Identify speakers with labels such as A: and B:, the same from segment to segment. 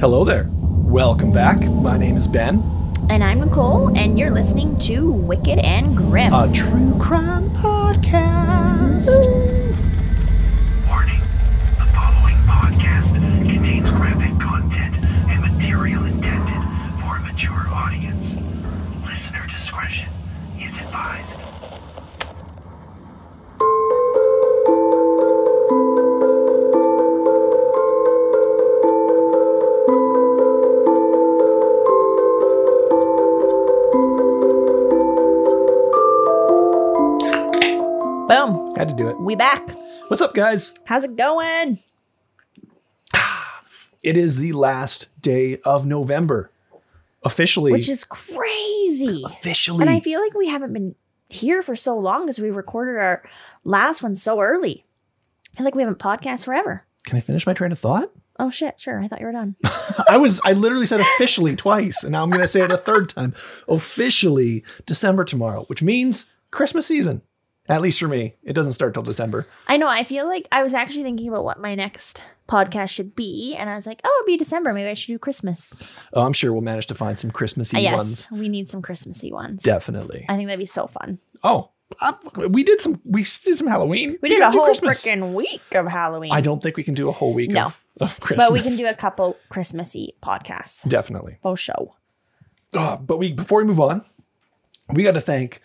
A: Hello there. Welcome back. My name is Ben,
B: And I'm Nicole, and you're listening to Wicked and Grim.
A: a true crime podcast.
C: Warning. The following podcast contains graphic content and material intended for a mature audience. Listener discretion is advised.
B: Boom.
A: Had to do it.
B: We back.
A: What's up, guys?
B: How's it going?
A: It is the last day of November. Officially.
B: Which is crazy.
A: officially.
B: And I feel like we haven't been here for so long because we recorded our last one so early. I feel like we haven't podcast forever.
A: Can I finish my train of thought?
B: Oh shit, sure. I thought you were done.
A: I was I literally said officially twice, and now I'm gonna say it a third time. Officially December tomorrow, which means Christmas season. At least for me. It doesn't start till December.
B: I know. I feel like I was actually thinking about what my next podcast should be, and I was like, oh, it'd be December. Maybe I should do Christmas.
A: Oh, I'm sure we'll manage to find some Christmassy
B: Uh, yes,
A: ones.
B: we need some Christmassy ones.
A: Definitely.
B: I think that'd be so fun.
A: Oh, I, we did some. We did some Halloween.
B: We did
A: gotta
B: a
A: do
B: whole
A: Christmas.
B: freaking week of Halloween.
A: I don't think we can do a whole week
B: No.
A: of, of Christmas.
B: but we can do a couple Christmassy podcasts.
A: definitely.
B: Faux show.
A: Ah, but we before we move on, we got to thank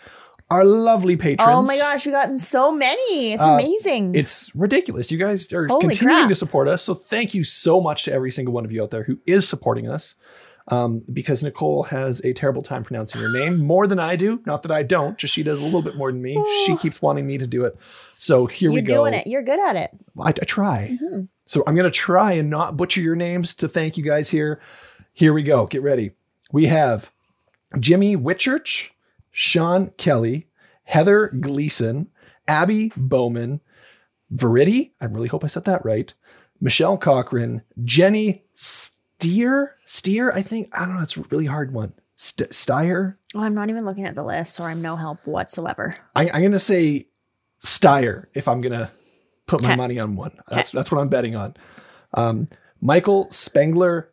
A: our lovely patrons.
B: Oh my gosh, we've gotten so many. It's
A: Uh,
B: amazing.
A: It's ridiculous. You guys are
B: Holy
A: continuing
B: crap.
A: to support us. So thank you so much to every single one of you out there who is supporting us. Um, because Nicole has a terrible time pronouncing your name more than I do. Not that I don't, just she does a little bit more than me. She keeps wanting me to do it. So here
B: You're
A: we go.
B: doing it. You're good at it. Mm-hmm.
A: I, I try. So I'm going to try and not butcher your names to thank you guys here. Here we go. Get ready. We have Jimmy Whitchurch, Sean Kelly, Heather Gleason, Abby Bowman, Verity. I really hope I said that right. Michelle Cochran, Jenny Steer. Steer, I think. I don't know. It's a really hard one. St- Steyer.
B: Oh, I'm not even looking at the list, or I'm no help whatsoever.
A: I, I'm going to say Steyer if I'm going to put my
B: Okay.
A: money on one. That's that's what I'm betting on. Um, Michael Spengler,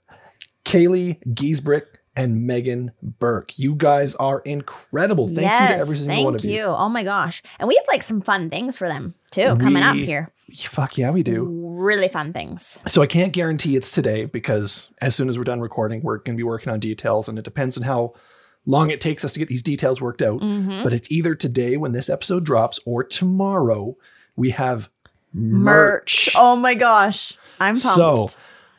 A: Kaylee Giesbrick, and Megan Burke. You guys are incredible. Thank you to every single
B: thank
A: one of you.
B: you. Oh my gosh. And we have like some fun things for them too coming up
A: We
B: here.
A: Fuck yeah, we do.
B: Really fun things.
A: So I can't guarantee it's today because as soon as we're done recording, we're going to be working on details, and it depends on how long it takes us to get these details worked out.
B: Mhm.
A: But it's either today when this episode drops or tomorrow. We have
B: Merch.
A: merch.
B: Oh my gosh. I'm pumped.
A: So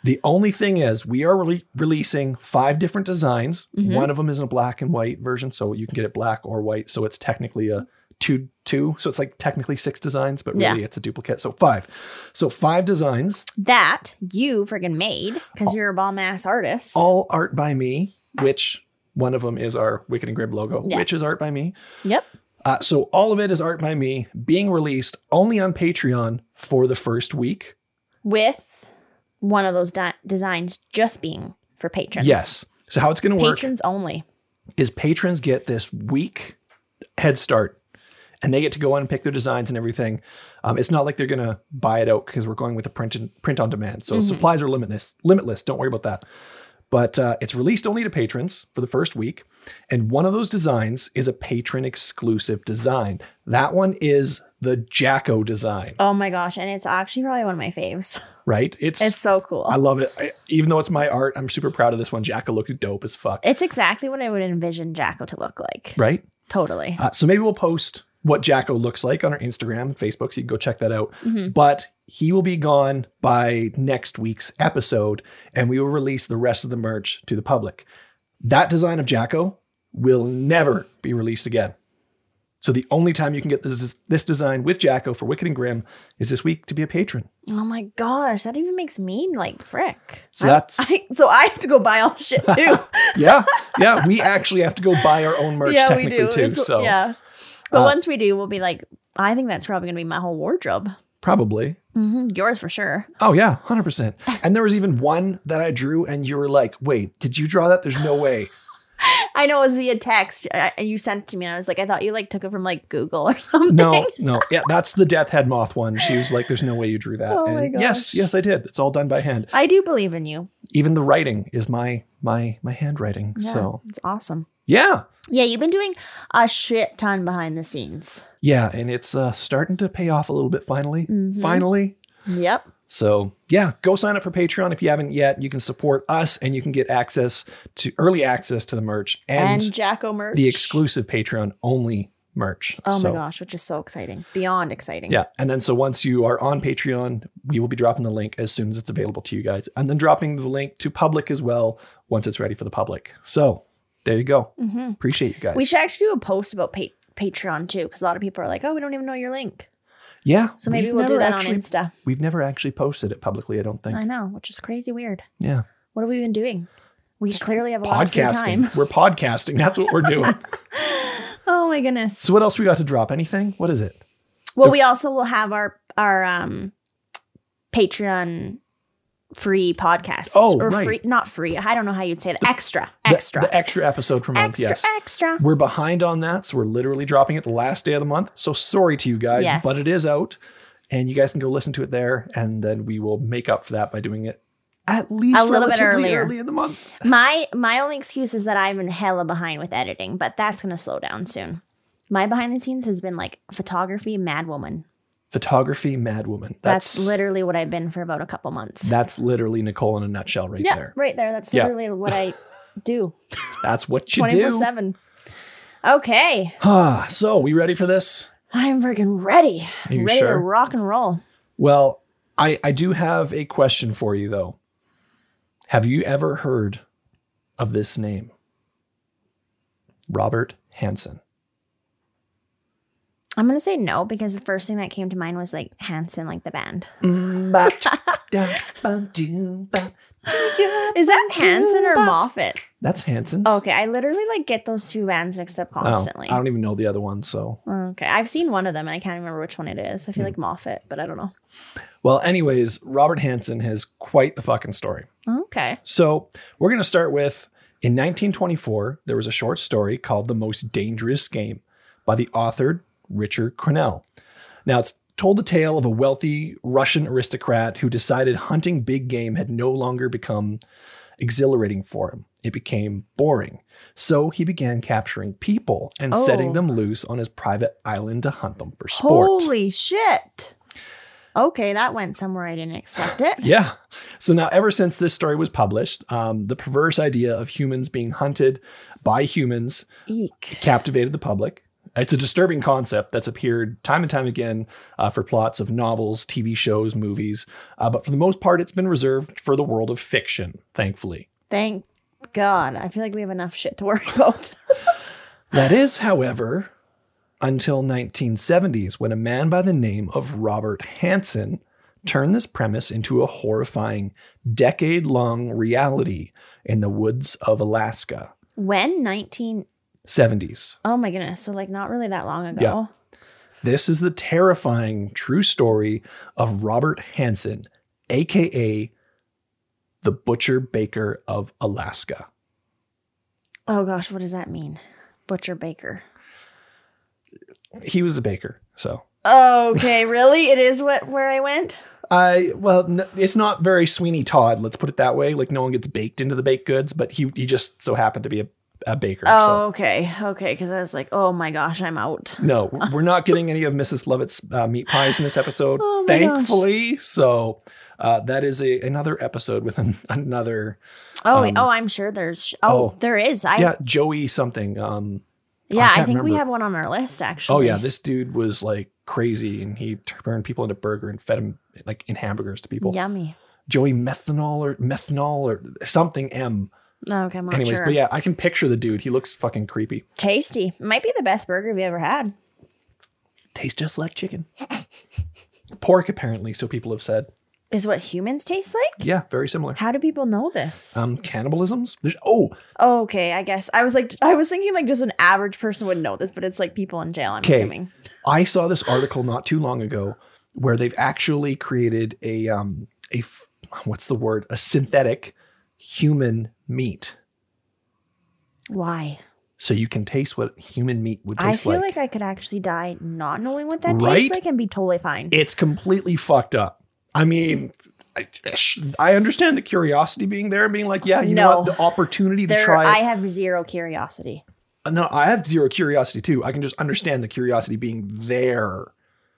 A: the only thing is we are rele- releasing five different designs.
B: Mhm.
A: One of them is in a black and white version, so you can get it black or white. So it's technically a two two. So it's like technically six designs, but really it's a duplicate. So five. So five designs,
B: that you freaking made because you're a bomb ass artist.
A: all art by me, which one of them is our Wicked and Grim logo,
B: Yeah.
A: which is art by me.
B: Yep.
A: Uh, so all of it is art by me, being released only on Patreon for the first week.
B: With one of those di- designs just being for patrons.
A: Yes. So how it's going to work?
B: Patrons only.
A: is patrons get this week head start and they get to go on and pick their designs and everything. Um, it's not like they're going to buy it out because we're going with the print and print on demand. So
B: Mhm.
A: supplies are limitless, limitless. Don't worry about that. But uh, it's released only to patrons for the first week. And one of those designs is a patron exclusive design. That one is the Jacko design,
B: Oh my gosh. And it's actually probably one of my faves.
A: right? It's,
B: It's so cool.
A: I love it. I, even though it's my art, I'm super proud of this one. Jacko looks dope as fuck,
B: it's exactly what I would envision Jacko to look like.
A: right?
B: Totally.
A: Uh, so maybe we'll post what Jacko looks like on our Instagram and Facebook, so you can go check that out.
B: Mhm.
A: But he will be gone by next week's episode, and we will release the rest of the merch to the public. That design of Jacko will never be released again. So the only time you can get this this design with Jacko for Wicked and Grim is this week to be a patron.
B: Oh my gosh. That even makes me like frick.
A: So
B: I-
A: that's-
B: I, so I have to go buy all the shit too.
A: Yeah, yeah. We actually have to go buy our own merch technically too.
B: It's-
A: so
B: yeah. But
A: uh,
B: once we do, we'll be like, I think that's probably going to be my whole wardrobe.
A: probably.
B: hmm Yours for sure.
A: Oh yeah, hundred percent. And there was even one that I drew, and you were like, "Wait, did you draw that? There's no way."
B: I know it was via text. I, you sent it to me, and I was like, I thought you like took it from like Google or something.
A: No, no. Yeah, that's the death head moth one. She was like, there's no way you drew that.
B: Oh
A: and
B: my gosh.
A: yes, yes, I did. It's all done by hand.
B: I do believe in you.
A: Even the writing is my my my handwriting.
B: Yeah,
A: So
B: it's awesome.
A: yeah.
B: Yeah, you've been doing a shit ton behind the scenes.
A: Yeah. And it's uh starting to pay off a little bit finally.
B: Mhm.
A: Finally.
B: Yep.
A: So yeah, go sign up for Patreon if you haven't yet. You can support us and you can get access to early access to the merch
B: And,
A: and,
B: Jacko merch.
A: the exclusive Patreon only merch.
B: Oh
A: So,
B: my gosh, which is so exciting. Beyond exciting.
A: Yeah. And then so once you are on Patreon, we will be dropping the link as soon as it's available to you guys. And then dropping the link to public as well once it's ready for the public. So there you go.
B: Mhm.
A: Appreciate you guys.
B: We should actually do a post about pa- Patreon too, because a lot of people are like, oh, we don't even know your link.
A: yeah.
B: So maybe
A: we've
B: we'll do
A: never
B: that
A: actually,
B: on Insta.
A: We've never actually posted it publicly, I don't think.
B: I know, which is crazy weird.
A: yeah.
B: What have we been doing? We clearly have a lot of free time.
A: Podcasting. We're podcasting. That's what we're doing.
B: oh my goodness.
A: so what else we got to drop? Anything? What is it?
B: Well,
A: The-
B: we also will have our our um Patreon free podcast.
A: Oh,
B: or
A: right.
B: free not free. I don't know how you'd say that. Extra.
A: The-
B: Extra.
A: The, extra episode per month.
B: extra.
A: Yes.
B: Extra.
A: We're behind on that, so we're literally dropping it the last day of the month. So sorry to you guys,
B: Yes.
A: but it is out, and you guys can go listen to it there, and then we will make up for that by doing it at least
B: A little bit
A: relatively
B: earlier.
A: early in the month.
B: My my only excuse is that I'm in hella behind with editing, but that's gonna slow down soon. My behind the scenes has been like photography mad woman.
A: Photography Mad Woman.
B: That's, literally what I've been for about a couple months.
A: that's literally Nicole in a nutshell right
B: yeah,
A: there.
B: right there. That's
A: Yeah.
B: literally what I do.
A: That's what you
B: Twenty four
A: do.
B: seven. Okay.
A: Ah, so we ready for this?
B: I'm freaking ready.
A: Are you
B: ready to
A: sure?
B: rock and roll.
A: Well, I I do have a question for you though. Have you ever heard of this name? Robert Hansen.
B: I'm gonna say no because the first thing that came to mind was like Hanson, like the band. Is that Hanson or Moffat?
A: That's Hansen's.
B: Okay, I literally like get those two bands mixed up
A: Oh,
B: Oh, constantly.
A: I don't even know the other one. So,
B: okay, I've seen one of them and I can't remember which one it is.
A: Hmm.
B: I feel like Moffat, but I don't know.
A: well, anyways, Robert Hansen has quite the fucking story.
B: Okay,
A: So, we're going to start with in 1924, there was a short story called The Most Dangerous Game by the author Richard Cornell. Now, it's told the tale of a wealthy Russian aristocrat who decided hunting big game had no longer become exhilarating for him. It became boring. So, he began capturing people and
B: Oh.
A: setting them loose on his private island to hunt them for sport.
B: holy shit! Okay, that went somewhere I didn't expect it.
A: Yeah. So now, ever since this story was published, um, the perverse idea of humans being hunted by humans
B: Eek.
A: captivated the public. It's a disturbing concept that's appeared time and time again uh, for plots of novels, TV shows, movies, uh, but for the most part, it's been reserved for the world of fiction, thankfully.
B: Thank God. I feel like we have enough shit to worry about.
A: That is, however, until 1970s when a man by the name of Robert Hansen turned this premise into a horrifying decade-long reality in the woods of Alaska.
B: when 19
A: 70s.
B: Oh my goodness, so like not really that long ago.
A: Yeah. This is the terrifying true story of Robert Hansen, aka the Butcher Baker of Alaska.
B: Oh gosh, what does that mean? Butcher Baker.
A: He was a baker, so
B: Okay, really? It is what where I went?
A: I well, n- it's not very Sweeney Todd. Let's put it that way. Like no one gets baked into the baked goods, but he he just so happened to be a, a baker.
B: Oh, okay. Okay, cuz I was like, "Oh my gosh, I'm out."
A: So no, we're not getting any of Mrs. Lovett's uh, meat pies in this episode,
B: Oh my gosh.
A: thankfully. So uh, that is a, another episode with an, another
B: Oh,
A: Um,
B: oh, I'm sure there's Oh,
A: oh.
B: there is. I Yeah,
A: yeah Joey something. Um, I
B: I,
A: can't
B: think we
A: remember.
B: have one on our list actually.
A: oh yeah, this dude was like crazy, and he turned people into burger and fed them like in hamburgers to people.
B: Yummy.
A: Joey methanol or methanol or something M.
B: Okay, I'm not
A: Anyways,
B: sure.
A: but yeah, I can picture the dude. He looks fucking creepy.
B: Tasty. Might be the best burger we ever had.
A: tastes just like chicken. Pork, apparently, so people have said.
B: Is what humans taste like?
A: Yeah, very similar.
B: How do people know this?
A: Um, cannibalisms. There's, oh,
B: okay, I guess. I was like I was thinking like just an average person would know this, but it's like people in jail, I'm
A: 'Kay.
B: assuming.
A: I saw this article not too long ago where they've actually created a um a f- what's the word a synthetic human meat.
B: Why?
A: so you can taste what human meat would
B: I
A: taste
B: feel
A: like.
B: like I could actually die not knowing what that
A: Right?
B: tastes like and be totally fine.
A: It's completely fucked up. I mean, I, I understand the curiosity being there and being like, yeah, you know
B: No.
A: what? The opportunity to
B: there,
A: try it.
B: I have zero curiosity.
A: No, I have zero curiosity too. I can just understand the curiosity being there,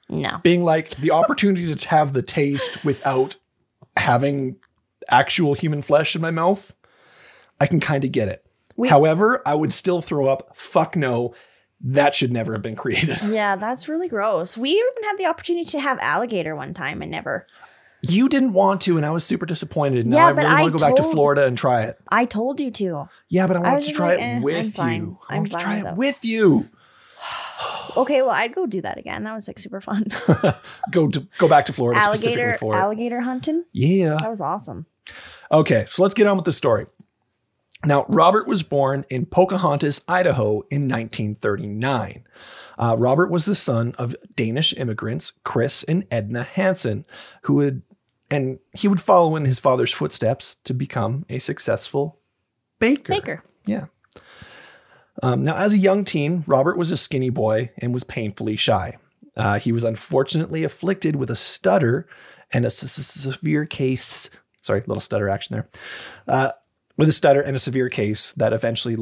B: No.
A: being like the opportunity to have the taste without having actual human flesh in my mouth. I can kind of get it.
B: We-
A: However, I would still throw up. Fuck no, that should never have been created.
B: Yeah, that's really gross. We even had the opportunity to have alligator one time and never.
A: You didn't want to, and I was super disappointed. Now
B: Yeah,
A: I
B: but
A: really want
B: I
A: to go back to
B: told-
A: Florida and try it.
B: I told you to.
A: Yeah, but I want
B: was
A: to
B: just
A: try
B: like,
A: it
B: eh, I'm
A: with you.
B: fine.
A: I want
B: I'm
A: to try
B: fine,
A: it
B: though.
A: with you.
B: Okay, well, I'd go do that again. That was like super fun.
A: Go to go back to Florida specifically
B: alligator
A: for it.
B: alligator hunting.
A: Yeah.
B: That was awesome.
A: Okay, so let's get on with the story. Now, Robert was born in Pocahontas, Idaho in 1939. Uh, Robert was the son of Danish immigrants Chris and Edna Hansen, who would and he would follow in his father's footsteps to become a successful baker.
B: Baker.
A: Yeah. Um, now, as a young teen, Robert was a skinny boy and was painfully shy. Uh, he was unfortunately afflicted with a stutter and a s- s- severe case. Sorry, little stutter action there. Uh, with a stutter and a severe case that eventually.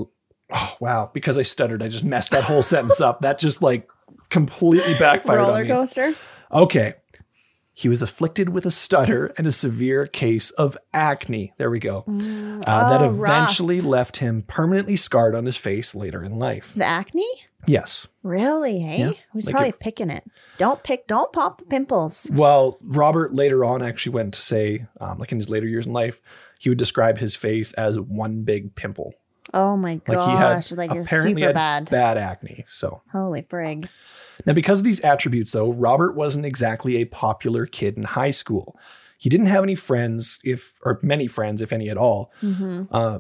A: Oh wow! Because I stuttered, I just messed that whole sentence up. That just like completely backfired on
B: Roller
A: me.
B: coaster.
A: Okay. He was afflicted with a stutter and a severe case of acne. There we go.
B: Mm,
A: Uh, that
B: oh, rough.
A: eventually left him permanently scarred on his face later in life.
B: The acne?
A: Yes.
B: Really? Hey,
A: Yeah,
B: who's
A: like
B: probably
A: it-
B: picking it? Don't pick. Don't pop the pimples.
A: Well, Robert later on actually went to say, um, like in his later years in life, he would describe his face as one big pimple.
B: Oh my
A: Like he had
B: gosh! Like, it's
A: apparently
B: super
A: had
B: bad.
A: Bad acne. So
B: Holy frig!
A: now, because of these attributes, though, Robert wasn't exactly a popular kid in high school. He didn't have any friends, if or many friends, if any at all.
B: hmm
A: uh,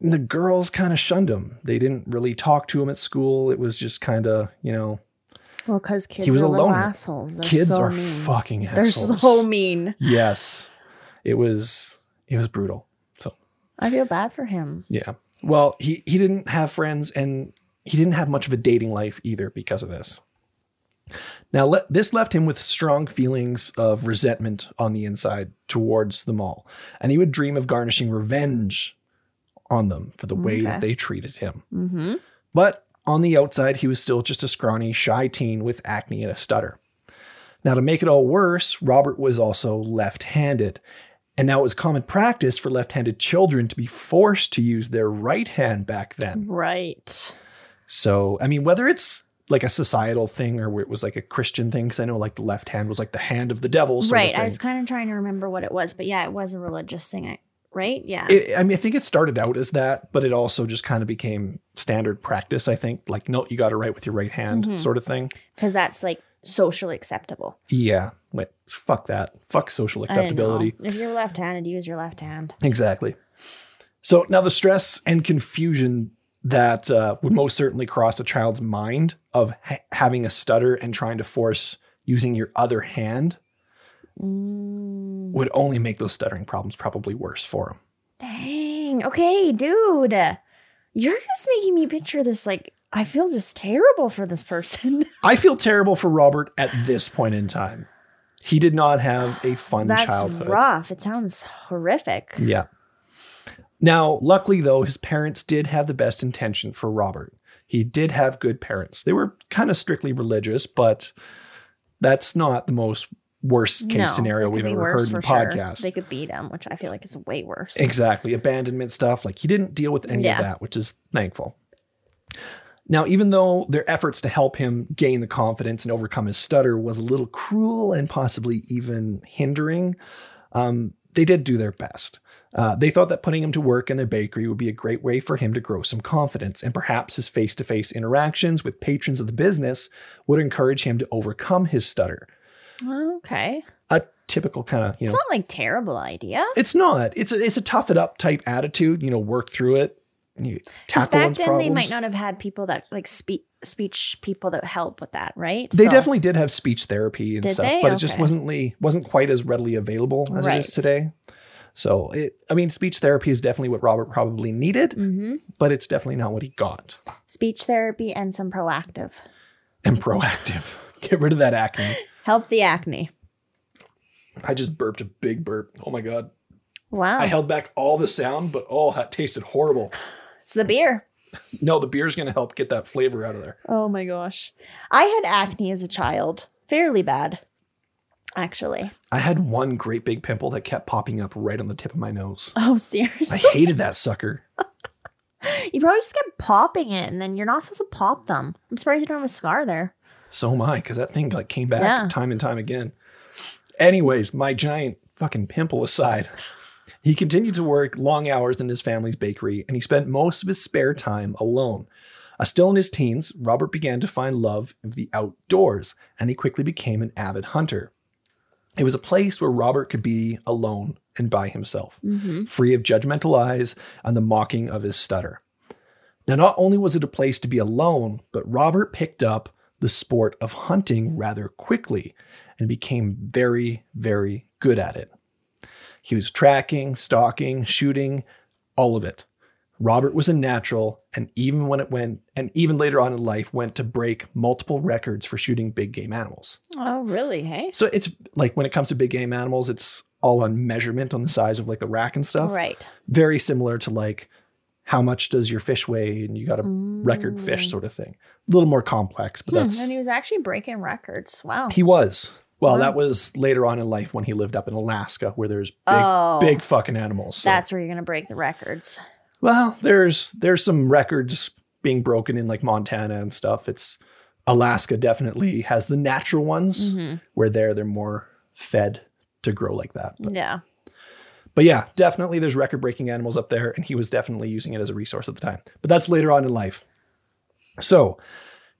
A: the girls kind of shunned him. They didn't really talk to him at school. It was just kind of, you know,
B: Well, because kids
A: was
B: are
A: a
B: little
A: loner.
B: assholes. They're
A: kids
B: so
A: are
B: mean.
A: fucking
B: They're
A: assholes.
B: so mean.
A: Yes, it was it was brutal.
B: I feel bad for him.
A: Yeah. Well, he he didn't have friends and he didn't have much of a dating life either because of this. Now, le- this left him with strong feelings of resentment on the inside towards them all, and he would dream of garnishing revenge on them for the way that
B: Okay.
A: they treated him.
B: hmm
A: But on the outside, he was still just a scrawny, shy teen with acne and a stutter. Now, to make it all worse, Robert was also left handed. And now it was common practice for left handed children to be forced to use their right hand back
B: Mm-hmm.
A: then.
B: Right.
A: So, I mean, whether it's like a societal thing or it was like a Christian thing, because I know like the left hand was like the hand of the devil. Sort
B: right.
A: Of thing.
B: I was kind of trying to remember what it was, but yeah, it was a religious thing. I, right? Yeah.
A: It, I mean, I think it started out as that, but it also just kind of became standard practice, I think. Like, no, you got to write with your right hand,
B: Mhm.
A: sort of thing.
B: Because that's like socially acceptable.
A: Yeah. Wait, fuck that. Fuck social
B: I don't know.
A: acceptability.
B: If you're left-handed, use your left hand.
A: Exactly. So now the stress and confusion that uh, would most certainly cross a child's mind of ha- having a stutter and trying to force using your other hand
B: Mm.
A: would only make those stuttering problems probably worse for him.
B: Dang. Okay, dude. You're just making me picture this like I feel just terrible for this person.
A: I feel terrible for Robert at this point in time. He did not have a fun
B: That's
A: childhood.
B: rough. It sounds horrific.
A: Yeah. Now, luckily, though, his parents did have the best intention for Robert. He did have good parents. They were kind of strictly religious, but that's not the most worst case
B: No,
A: scenario
B: it could
A: we've
B: be
A: ever
B: worse
A: heard in
B: for sure.
A: podcasts.
B: They could beat him, which I feel like is way worse.
A: Exactly. Abandonment stuff. Like he didn't deal with any
B: Yeah.
A: of that, which is thankful. Now, even though their efforts to help him gain the confidence and overcome his stutter was a little cruel and possibly even hindering, um, they did do their best. Uh, they thought that putting him to work in their bakery would be a great way for him to grow some confidence, and perhaps his face to face interactions with patrons of the business would encourage him to overcome his stutter.
B: Okay.
A: A typical kind of, you
B: It's
A: know,
B: not like terrible idea.
A: it's not. It's a it's a tough it up type attitude. You know, work through it. You
B: Because
A: tackle
B: back
A: one's
B: then
A: problems.
B: they might not have had people that like speak speech people that help with that, right?
A: They
B: So-
A: definitely did have speech therapy and
B: Did
A: stuff,
B: they?
A: but it just
B: Okay.
A: wasn't le- wasn't quite as readily available as it
B: Right.
A: is today. So, it, I mean, speech therapy is definitely what Robert probably needed,
B: Mm-hmm.
A: but it's definitely not what he got.
B: Speech therapy and some proactive.
A: And proactive. Get rid of that acne.
B: Help the acne.
A: I just burped a big burp. Oh my God.
B: Wow.
A: I held back all the sound, but oh, that tasted horrible.
B: it's the beer.
A: No, the beer's going to help get that flavor out of there.
B: Oh my gosh. I had acne as a child. Fairly bad, actually.
A: I had one great big pimple that kept popping up right on the tip of my nose.
B: Oh,
A: I
B: seriously.
A: hated that sucker.
B: You probably just kept popping it, and then you're not supposed to pop them. I'm surprised you don't have a scar there.
A: So am I, because that thing like came back
B: Yeah.
A: time and time again. Anyways, my giant fucking pimple aside, he continued to work long hours in his family's bakery, and he spent most of his spare time alone. Uh, still in his teens, Robert began to find love of the outdoors, and he quickly became an avid hunter. It was a place where Robert could be alone and by himself
B: Mm-hmm.
A: free of judgmental eyes and the mocking of his stutter. Now, not only was it a place to be alone, but Robert picked up the sport of hunting rather quickly and became very, very good at it. He was tracking, stalking, shooting, all of it. Robert was a natural, and even when it went, and even later on in life, went to break multiple records for shooting big game animals.
B: Oh, really? Hey.
A: So it's like when it comes to big game animals, it's all on measurement on the size of like the rack and stuff
B: Right.
A: very similar to like how much does your fish weigh and you got a record fish sort of thing a little more complex but
B: Mm. Hmm,
A: that's
B: and he was actually breaking records. Wow.
A: he was well
B: Wow.
A: that was later on in life when he lived up in alaska where there's big
B: oh,
A: big fucking animals so-
B: that's where you're gonna break the records.
A: well there's there's some records being broken in like montana and stuff it's alaska definitely has the natural ones
B: Mhm.
A: where there they're more fed to grow like that but,
B: Yeah.
A: but yeah definitely there's record breaking animals up there and he was definitely using it as a resource at the time but that's later on in life So,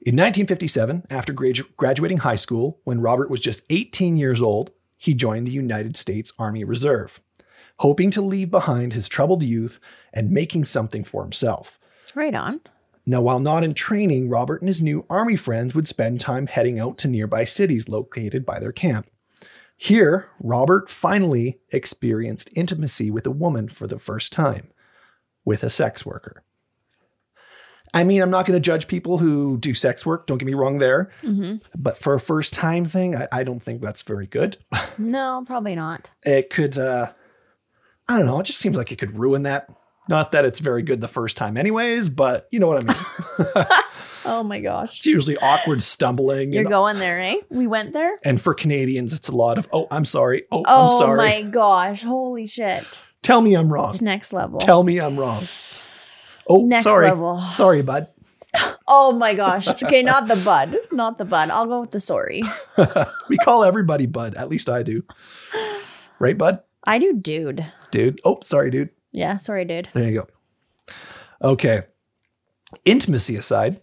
A: in 1957, after gradu- graduating high school, when Robert was just 18 years old, he joined the United States Army Reserve, hoping to leave behind his troubled youth and making something for himself.
B: Right on.
A: Now, while not in training, Robert and his new army friends would spend time heading out to nearby cities located by their camp. Here, Robert finally experienced intimacy with a woman for the first time with a sex worker. I mean, I'm not going to judge people who do sex work, don't get me wrong there,
B: hmm
A: but for a first time thing, I, I don't think that's very good.
B: No, probably not.
A: It could, uh, I don't know, it just seems like it could ruin that. Not that it's very good the first time, anyways, but you know what I mean.
B: Oh my gosh.
A: It's usually awkward stumbling.
B: You're
A: And,
B: going there, eh? We went there.
A: and for Canadians, it's a lot of, oh, I'm sorry. Oh, I'm
B: Oh
A: sorry.
B: my gosh. Holy shit.
A: Tell me I'm wrong.
B: It's next level.
A: Tell me I'm wrong. Oh,
B: next
A: sorry.
B: level.
A: Sorry, bud.
B: Oh my gosh. Okay, not the bud. Not the bud. I'll go with the sorry.
A: we call everybody bud. At least I do. Right, bud?
B: I do dude.
A: Dude. Oh, sorry, dude.
B: Yeah, sorry, dude.
A: There you go. Okay. Intimacy aside,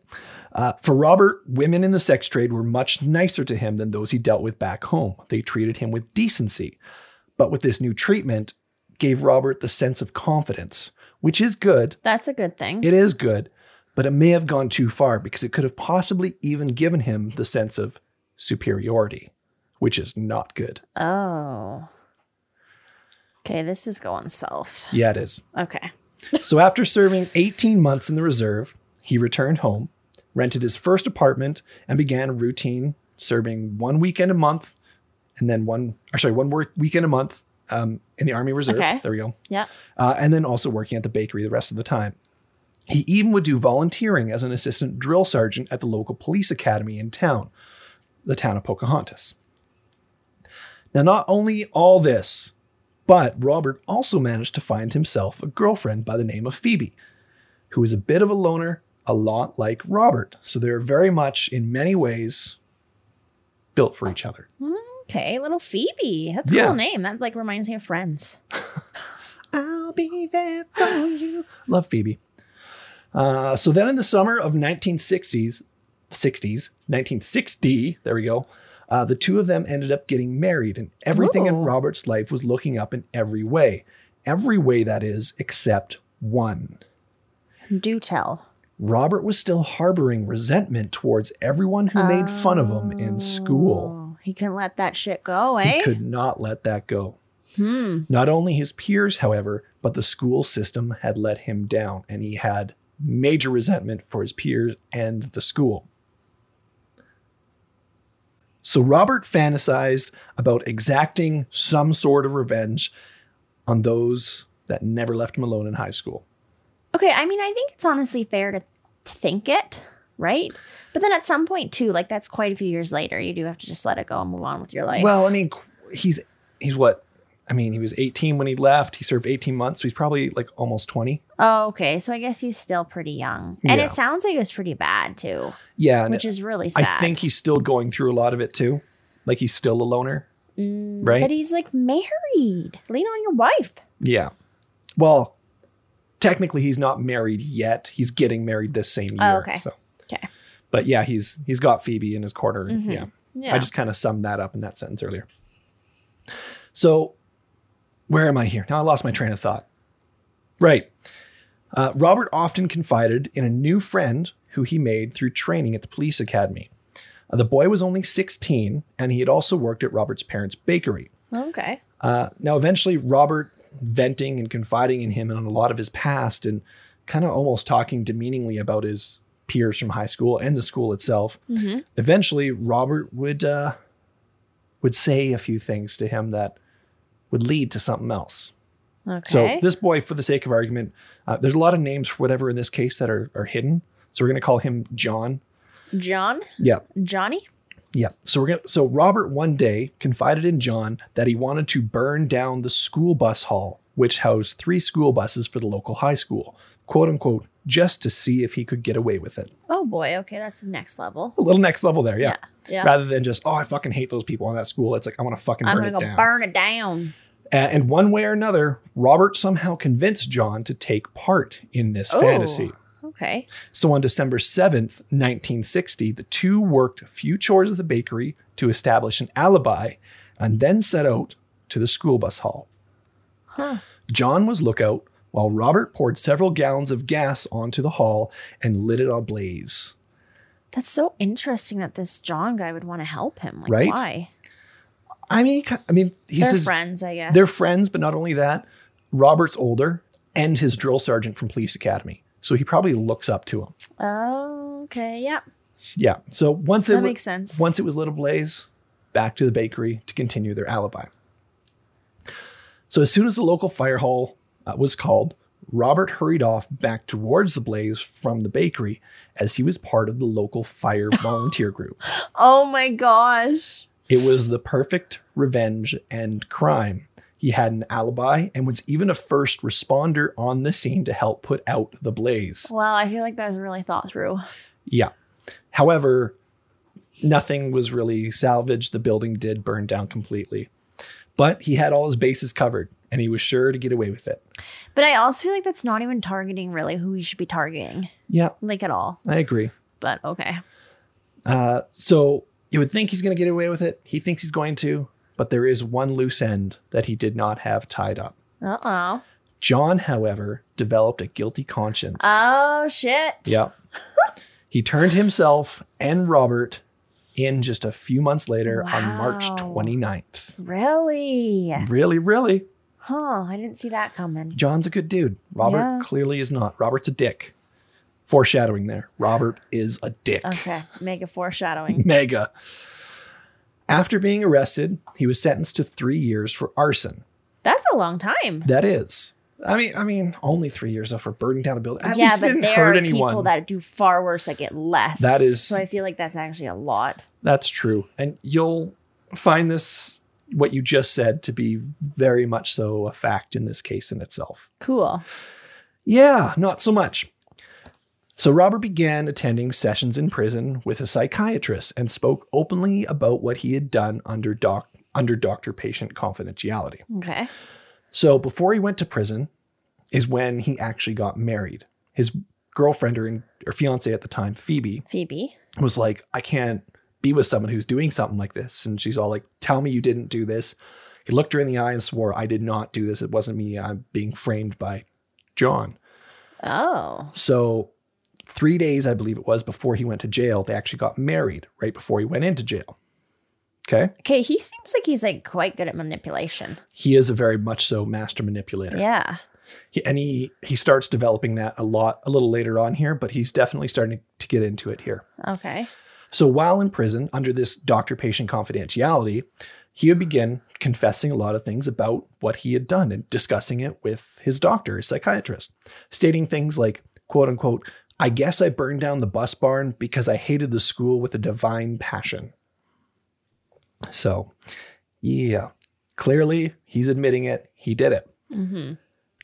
A: uh, for Robert, women in the sex trade were much nicer to him than those he dealt with back home. They treated him with decency. But with this new treatment, gave Robert the sense of confidence, which is good.
B: That's a good thing.
A: It is good, but it may have gone too far because it could have possibly even given him the sense of superiority, which is not good.
B: oh. Okay, this is going south.
A: Yeah, it is.
B: Okay.
A: So after serving 18 months in the reserve, he returned home, rented his first apartment, and began a routine serving one weekend a month, and then one, or sorry, one work weekend a month um, in the Army Reserve.
B: Okay.
A: There we go.
B: Yep.
A: Uh, and then also working at the bakery the rest of the time. He even would do volunteering as an assistant drill sergeant at the local police academy in town, the town of Pocahontas. Now, not only all this, but Robert also managed to find himself a girlfriend by the name of Phoebe, who is a bit of a loner, a lot like Robert. So they're very much, in many ways, built for each other.
B: Okay, little Phoebe. That's a
A: Yeah.
B: cool name. That like reminds me of Friends.
A: I'll be there for you. Love Phoebe. Uh, so then in the summer of 1960s, 60s, 1960, there we go, uh, the two of them ended up getting married, and everything in
B: Ooh.
A: Robert's life was looking up in every way. Every way, that is, except one.
B: Do tell.
A: Robert was still harboring resentment towards everyone who made fun of him in school.
B: Oh, He couldn't let that shit go, eh?
A: He could not let that go.
B: Hmm.
A: Not only his peers, however, but the school system had let him down, and he had major resentment for his peers and the school. So Robert fantasized about exacting some sort of revenge on those that never left him alone in high school.
B: Okay, I mean, I think it's honestly fair to, to think it, right? But then at some point too, like that's quite a few years later, you do have to just let it go and move on with your life.
A: Well, I mean, qu- he's he's what? I mean, he was 18 when he left. He served 18 months, so he's probably like almost 20.
B: oh, okay, so I guess he's still pretty young, and
A: Yeah.
B: it sounds like it was pretty bad too,
A: Yeah, and
B: which is really
A: I
B: sad.
A: think he's still going through a lot of it too. Like he's still a loner.
B: Mm,
A: right?
B: But he's like married. Lean on your wife.
A: Yeah. Well, technically he's not married yet. He's getting married this same year.
B: Oh, okay.
A: So.
B: Okay.
A: But yeah, he's he's got Phoebe in his corner. and
B: Mhm.
A: Yeah.
B: Yeah.
A: I just kind of summed that up in that sentence earlier. So, where am I here? Now I lost my train of thought. Right. Uh, Robert often confided in a new friend who he made through training at the police academy. Uh, the boy was only 16, and he had also worked at Robert's parents' bakery.
B: okay.
A: Uh, now, eventually, Robert venting and confiding in him and on a lot of his past and kind of almost talking demeaningly about his peers from high school and the school itself.
B: Mhm.
A: Eventually, Robert would uh, would say a few things to him that would lead to something else.
B: Okay.
A: So this boy, for the sake of argument, uh, there's a lot of names for whatever in this case that are, are hidden. So we're going to call him John.
B: John,
A: Yeah.
B: Johnny.
A: Yeah. So we're gonna so Robert one day confided in John that he wanted to burn down the school bus hall, which housed three school buses for the local high school, quote unquote, just to see if he could get away with it.
B: Oh boy. Okay, that's the next level.
A: A little next level there, yeah.
B: Yeah.
A: Rather than just, oh, I fucking hate those people in that school. It's like I want to fucking
B: I'm
A: burn
B: gonna
A: it
B: go
A: down.
B: burn it down.
A: A- and one way or another, Robert somehow convinced John to take part in this
B: Oh.
A: fantasy.
B: Okay.
A: So on December 7th, 1960, the two worked a few chores at the bakery to establish an alibi and then set out to the school bus hall.
B: Huh.
A: John was lookout while Robert poured several gallons of gas onto the hall and lit it on blaze.
B: That's so interesting that this John guy would want to help him. Like,
A: Right?
B: why?
A: I mean, ki- I mean, he's
B: they're
A: his-
B: friends, I guess.
A: they're friends, but not only that, Robert's older and his drill sergeant from police academy. So he probably looks up to him.
B: Oh, okay. Yeah.
A: S- Yeah. So once it
B: That
A: wa-
B: makes sense.
A: Once it was lit ablaze, back to the bakery to continue their alibi. So as soon as the local fire hall uh, was called, Robert hurried off back towards the blaze from the bakery as he was part of the local fire volunteer group.
B: Oh my gosh.
A: It was the perfect revenge and crime. He had an alibi and was even a first responder on the scene to help put out the blaze.
B: Wow. I feel like that was really thought through.
A: Yeah. However, nothing was really salvaged. The building did burn down completely. But he had all his bases covered and he was sure to get away with it.
B: But I also feel like that's not even targeting really who he should be targeting,
A: Yeah,
B: like at all.
A: I agree.
B: But okay.
A: Uh, so you would think he's going to get away with it. He thinks he's going to, but there is one loose end that he did not have tied up.
B: Uh oh.
A: John, however, developed a guilty conscience.
B: Oh shit.
A: Yeah. he turned himself and Robert in just a few months later on March
B: Wow.
A: 29th.
B: Really?
A: Really, really.
B: Huh. I didn't see that coming.
A: John's a good dude. Robert
B: Yeah.
A: clearly is not. Robert's a dick. Foreshadowing there. Robert is a dick.
B: Okay. Mega foreshadowing.
A: Mega. After being arrested, he was sentenced to three years for arson.
B: That's a long time.
A: That is, I mean, I mean, only three years though for burning down a building. At
B: yeah,
A: least it
B: but
A: didn't
B: there
A: hurt
B: are people
A: anyone.
B: that do far worse that get less.
A: That is-
B: So I feel like that's actually a lot.
A: That's true, and you'll find this what you just said to be very much so a fact in this case in itself.
B: Cool.
A: Yeah, not so much. So Robert began attending sessions in prison with a psychiatrist and spoke openly about what he had done under doc under doctor patient confidentiality.
B: Okay.
A: So before he went to prison is when he actually got married. His girlfriend or, or fiance at the time, Phoebe,
B: Phoebe.
A: was like, I can't be with someone who's doing something like this. And she's all like, Tell me you didn't do this. He looked her in the eye and swore, I did not do this. It wasn't me. I'm being framed by John.
B: Oh.
A: So, three days, I believe it was, before he went to jail, they actually got married right before he went into jail. Okay.
B: Okay, he seems like he's like quite good at manipulation.
A: He is a very much so master manipulator.
B: Yeah.
A: He, and he he starts developing that a lot a little later on here, but he's definitely starting to get into it here.
B: Okay.
A: So while in prison under this doctor patient confidentiality, he would begin confessing a lot of things about what he had done and discussing it with his doctor, his psychiatrist, stating things like, quote unquote, I guess I burned down the bus barn because I hated the school with a divine passion. So, yeah, clearly he's admitting it. He did it.
B: hmm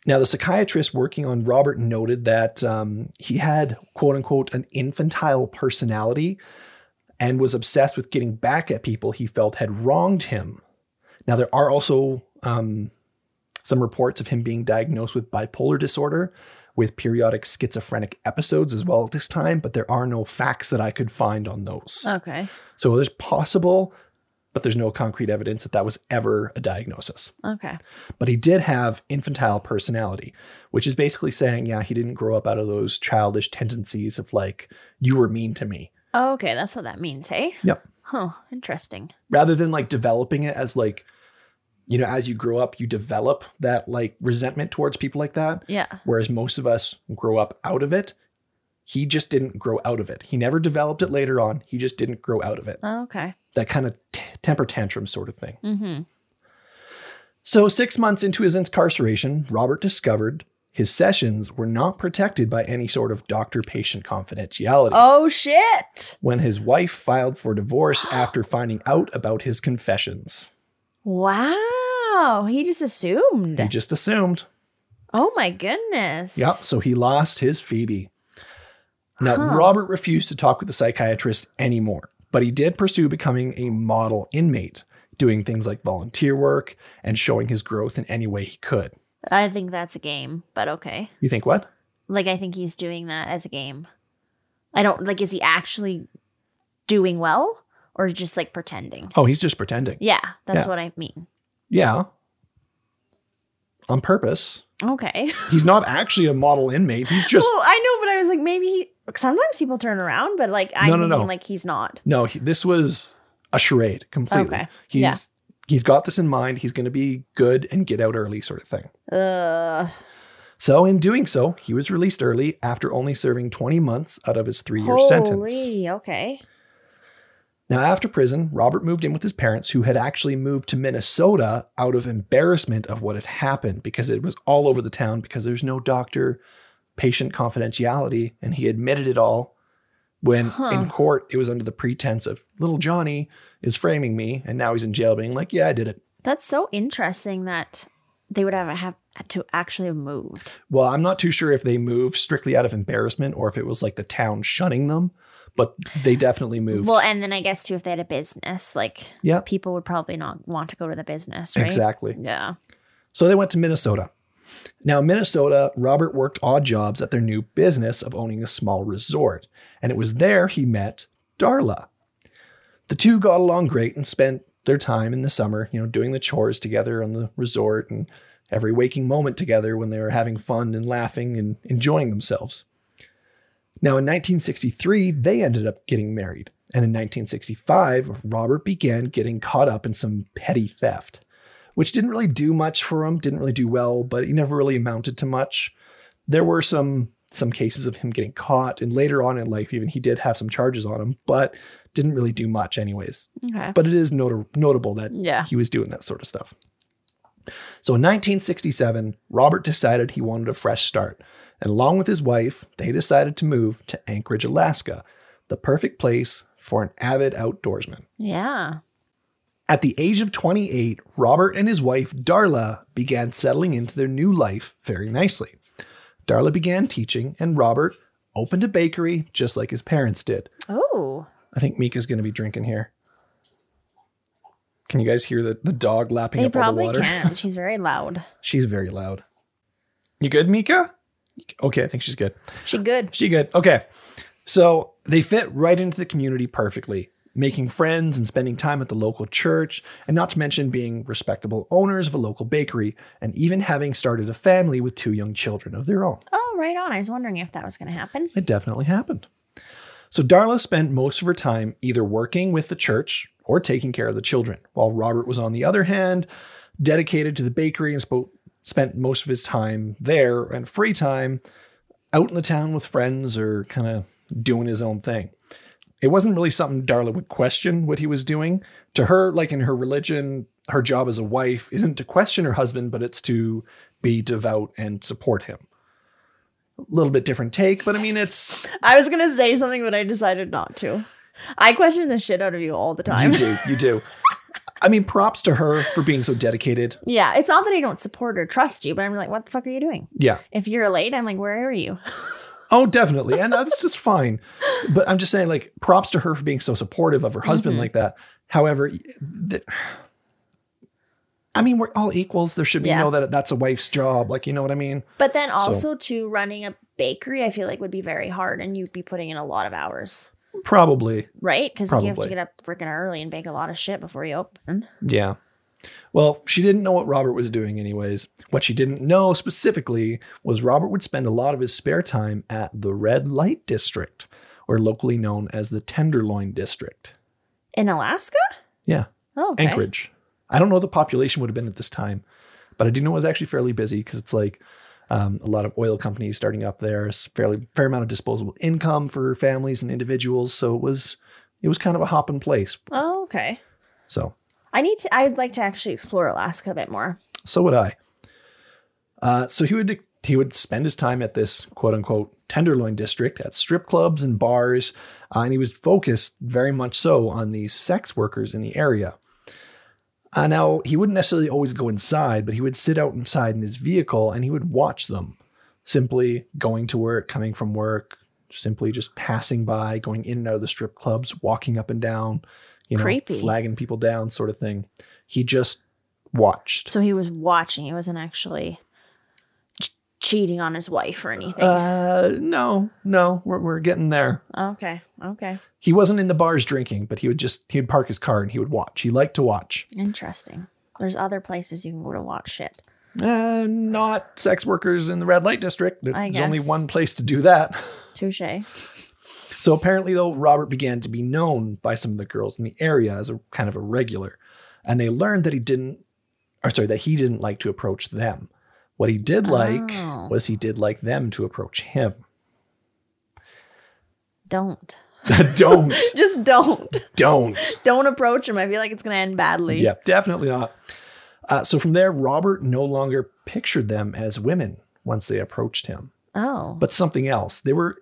A: Now, the psychiatrist working on Robert noted that um, he had, quote unquote, an infantile personality and was obsessed with getting back at people he felt had wronged him. Now, there are also um, some reports of him being diagnosed with bipolar disorder with periodic schizophrenic episodes as well at this time, but there are no facts that I could find on those.
B: Okay.
A: So there's possible, but there's no concrete evidence that that was ever a diagnosis
B: Okay.
A: but he did have infantile personality, which is basically saying, yeah, he didn't grow up out of those childish tendencies of like, you were mean to me.
B: Oh, Okay, that's what that means, hey?
A: Yep.
B: Huh, interesting.
A: Rather than like developing it as like, you know, as you grow up, you develop that like resentment towards people like that.
B: Yeah.
A: Whereas most of us grow up out of it. He just didn't grow out of it. He never developed it later on. He just didn't grow out of it.
B: Okay.
A: That kind of t- temper tantrum sort of thing.
B: Mm-hmm.
A: So, six months into his incarceration, Robert discovered his sessions were not protected by any sort of doctor patient confidentiality.
B: Oh shit.
A: When his wife filed for divorce after finding out about his confessions,
B: Wow. He just assumed.
A: he just assumed.
B: oh my goodness.
A: Yep, so he lost his Phoebe. Now,
B: Huh.
A: Robert refused to talk with the psychiatrist anymore, but he did pursue becoming a model inmate, doing things like volunteer work and showing his growth in any way he could.
B: I think that's a game, but okay.
A: You think what?
B: Like I think he's doing that as a game. I don't like is he actually doing well or just like pretending?
A: Oh, he's just pretending.
B: Yeah, that's
A: Yeah.
B: what I mean.
A: Yeah. On purpose.
B: Okay.
A: He's not actually a model inmate. He's just
B: well, I know, but I was like maybe he sometimes people turn around, but like I'm
A: No, no,
B: thinking
A: no.
B: like he's not.
A: no. He, this was a charade completely.
B: Okay.
A: He's he's got this in mind. He's going to be good and get out early, sort of thing.
B: Uh
A: So, in doing so, he was released early after only serving 20 months out of his three-year sentence.
B: holy, okay.
A: Now, after prison, Robert moved in with his parents, who had actually moved to Minnesota out of embarrassment of what had happened because it was all over the town because there was no doctor patient confidentiality. And he admitted it all when
B: Huh.
A: in court it was under the pretense of little Johnny is framing me. And now he's in jail being like, yeah, I did it.
B: That's so interesting that they would have have to actually have moved.
A: Well, I'm not too sure if they moved strictly out of embarrassment or if it was like the town shunning them, but they definitely moved.
B: Well, and then I guess too, if they had a business, like
A: Yep.
B: people would probably not want to go to the business, right?
A: exactly.
B: Yeah.
A: So they went to Minnesota. Now, in Minnesota, Robert worked odd jobs at their new business of owning a small resort, and it was there he met Darla. The two got along great and spent their time in the summer, you know, doing the chores together on the resort and every waking moment together when they were having fun and laughing and enjoying themselves. Now, in 1963, they ended up getting married, and in 1965, Robert began getting caught up in some petty theft which didn't really do much for him, didn't really do well, but he never really amounted to much. There were some some cases of him getting caught and later on in life even he did have some charges on him, but didn't really do much anyways.
B: Okay.
A: But it is not- notable that
B: Yeah.
A: he was doing that sort of stuff. So in 1967, Robert decided he wanted a fresh start. And along with his wife, they decided to move to Anchorage, Alaska, the perfect place for an avid outdoorsman.
B: Yeah.
A: At the age of 28, Robert and his wife Darla began settling into their new life very nicely. Darla began teaching, and Robert opened a bakery just like his parents did.
B: Oh.
A: I think Mika's going to be drinking here. Can you guys hear the, the dog lapping
B: They
A: up all the
B: probably
A: water?
B: can. She's very loud.
A: She's very loud. You good, Mika? Okay, I think she's good.
B: She good.
A: She good. Okay. So they fit right into the community perfectly, making friends and spending time at the local church, and not to mention being respectable owners of a local bakery, and even having started a family with two young children of their own.
B: Oh, right on. I was wondering if that was going to happen.
A: It definitely happened. So Darla spent most of her time either working with the church or taking care of the children, while Robert was, on the other hand, dedicated to the bakery and spoke, spent most of his time there and free time out in the town with friends or kind of doing his own thing. It wasn't really something Darla would question what he was doing. To her, like in her religion, her job as a wife isn't to question her husband, but it's to be devout and support him. A little bit different take, but I mean, it's
B: I was gonna say something, but I decided not to. I question the shit out of you all the time.
A: You do. You do. I mean, props to her for being so dedicated.
B: Yeah, it's not that I don't support or trust you, but I'm like, what the fuck are you doing?
A: Yeah.
B: If you're late, I'm like, where are you?
A: Oh, definitely. And that's just fine. But I'm just saying, like, props to her for being so supportive of her husband
B: Mhm.
A: like that. However, th- I mean, we're all equals. There should be
B: Yeah.
A: no that that's a wife's job. Like, you know what I mean?
B: But then also to running a bakery, I feel like would be very hard, and you'd be putting in a lot of hours,
A: Probably.
B: right? Because you have to
A: Probably.
B: get up freaking early and bake a lot of shit before you open.
A: Yeah. Well, she didn't know what Robert was doing, anyways. What she didn't know specifically was Robert would spend a lot of his spare time at the Red Light District, or locally known as the Tenderloin District.
B: In Alaska?
A: Yeah.
B: Oh, okay.
A: Anchorage. I don't know what the population would have been at this time, but I do know it was actually fairly busy because it's like um, a lot of oil companies starting up there, s- fairly fair amount of disposable income for families and individuals. So it was it was kind of a hop in place.
B: Oh, okay.
A: So
B: I need to. I'd like to actually explore Alaska a bit more.
A: so would I. Uh, so he would he would spend his time at this quote unquote tenderloin district at strip clubs and bars, uh, and he was focused very much so on these sex workers in the area. Uh, now he wouldn't necessarily always go inside, but he would sit out inside in his vehicle and he would watch them, simply going to work, coming from work, simply just passing by, going in and out of the strip clubs, walking up and down, you know,
B: Creepy.
A: flagging people down, sort of thing. He just watched.
B: So he was watching. He wasn't actually ch- cheating on his wife or anything.
A: Uh, no, no, we're, we're getting there.
B: okay. Okay.
A: He wasn't in the bars drinking, but he would just he would park his car and he would watch. He liked to watch.
B: Interesting. There's other places you can go to watch shit.
A: Uh, not sex workers in the red light district. There's
B: I
A: only
B: guess.
A: one place to do that.
B: Touche.
A: So apparently, though, Robert began to be known by some of the girls in the area as a kind of a regular, and they learned that he didn't, or sorry, that he didn't like to approach them. What he did like
B: Oh.
A: was he did like them to approach him.
B: Don't.
A: don't,
B: Just don't.
A: don't.
B: Don't approach him. I feel like it's gonna end badly.
A: Yep, definitely not. Uh, so from there, Robert no longer pictured them as women once they approached him,
B: Oh.
A: but something else. They were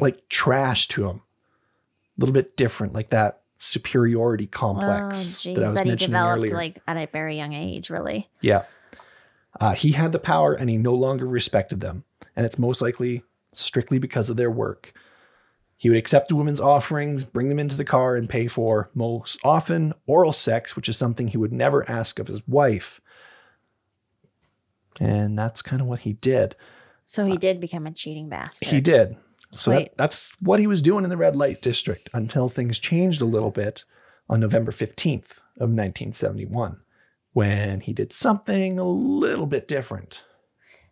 A: like trash to him, a little bit different, like that superiority complex
B: Oh,
A: that I
B: jeez,
A: was
B: that he
A: mentioning
B: developed
A: earlier.
B: like at a very young age, really.
A: yeah, uh, he had the power, and he no longer respected them, and it's most likely strictly because of their work. He would accept the women's offerings, bring them into the car, and pay for, most often, oral sex, which is something he would never ask of his wife. And that's kind of what he did.
B: So he did become a cheating bastard.
A: Uh, He did. So that,
B: Sweet.
A: that's what he was doing in the red light district until things changed a little bit on November 15th of 1971 when he did something a little bit different.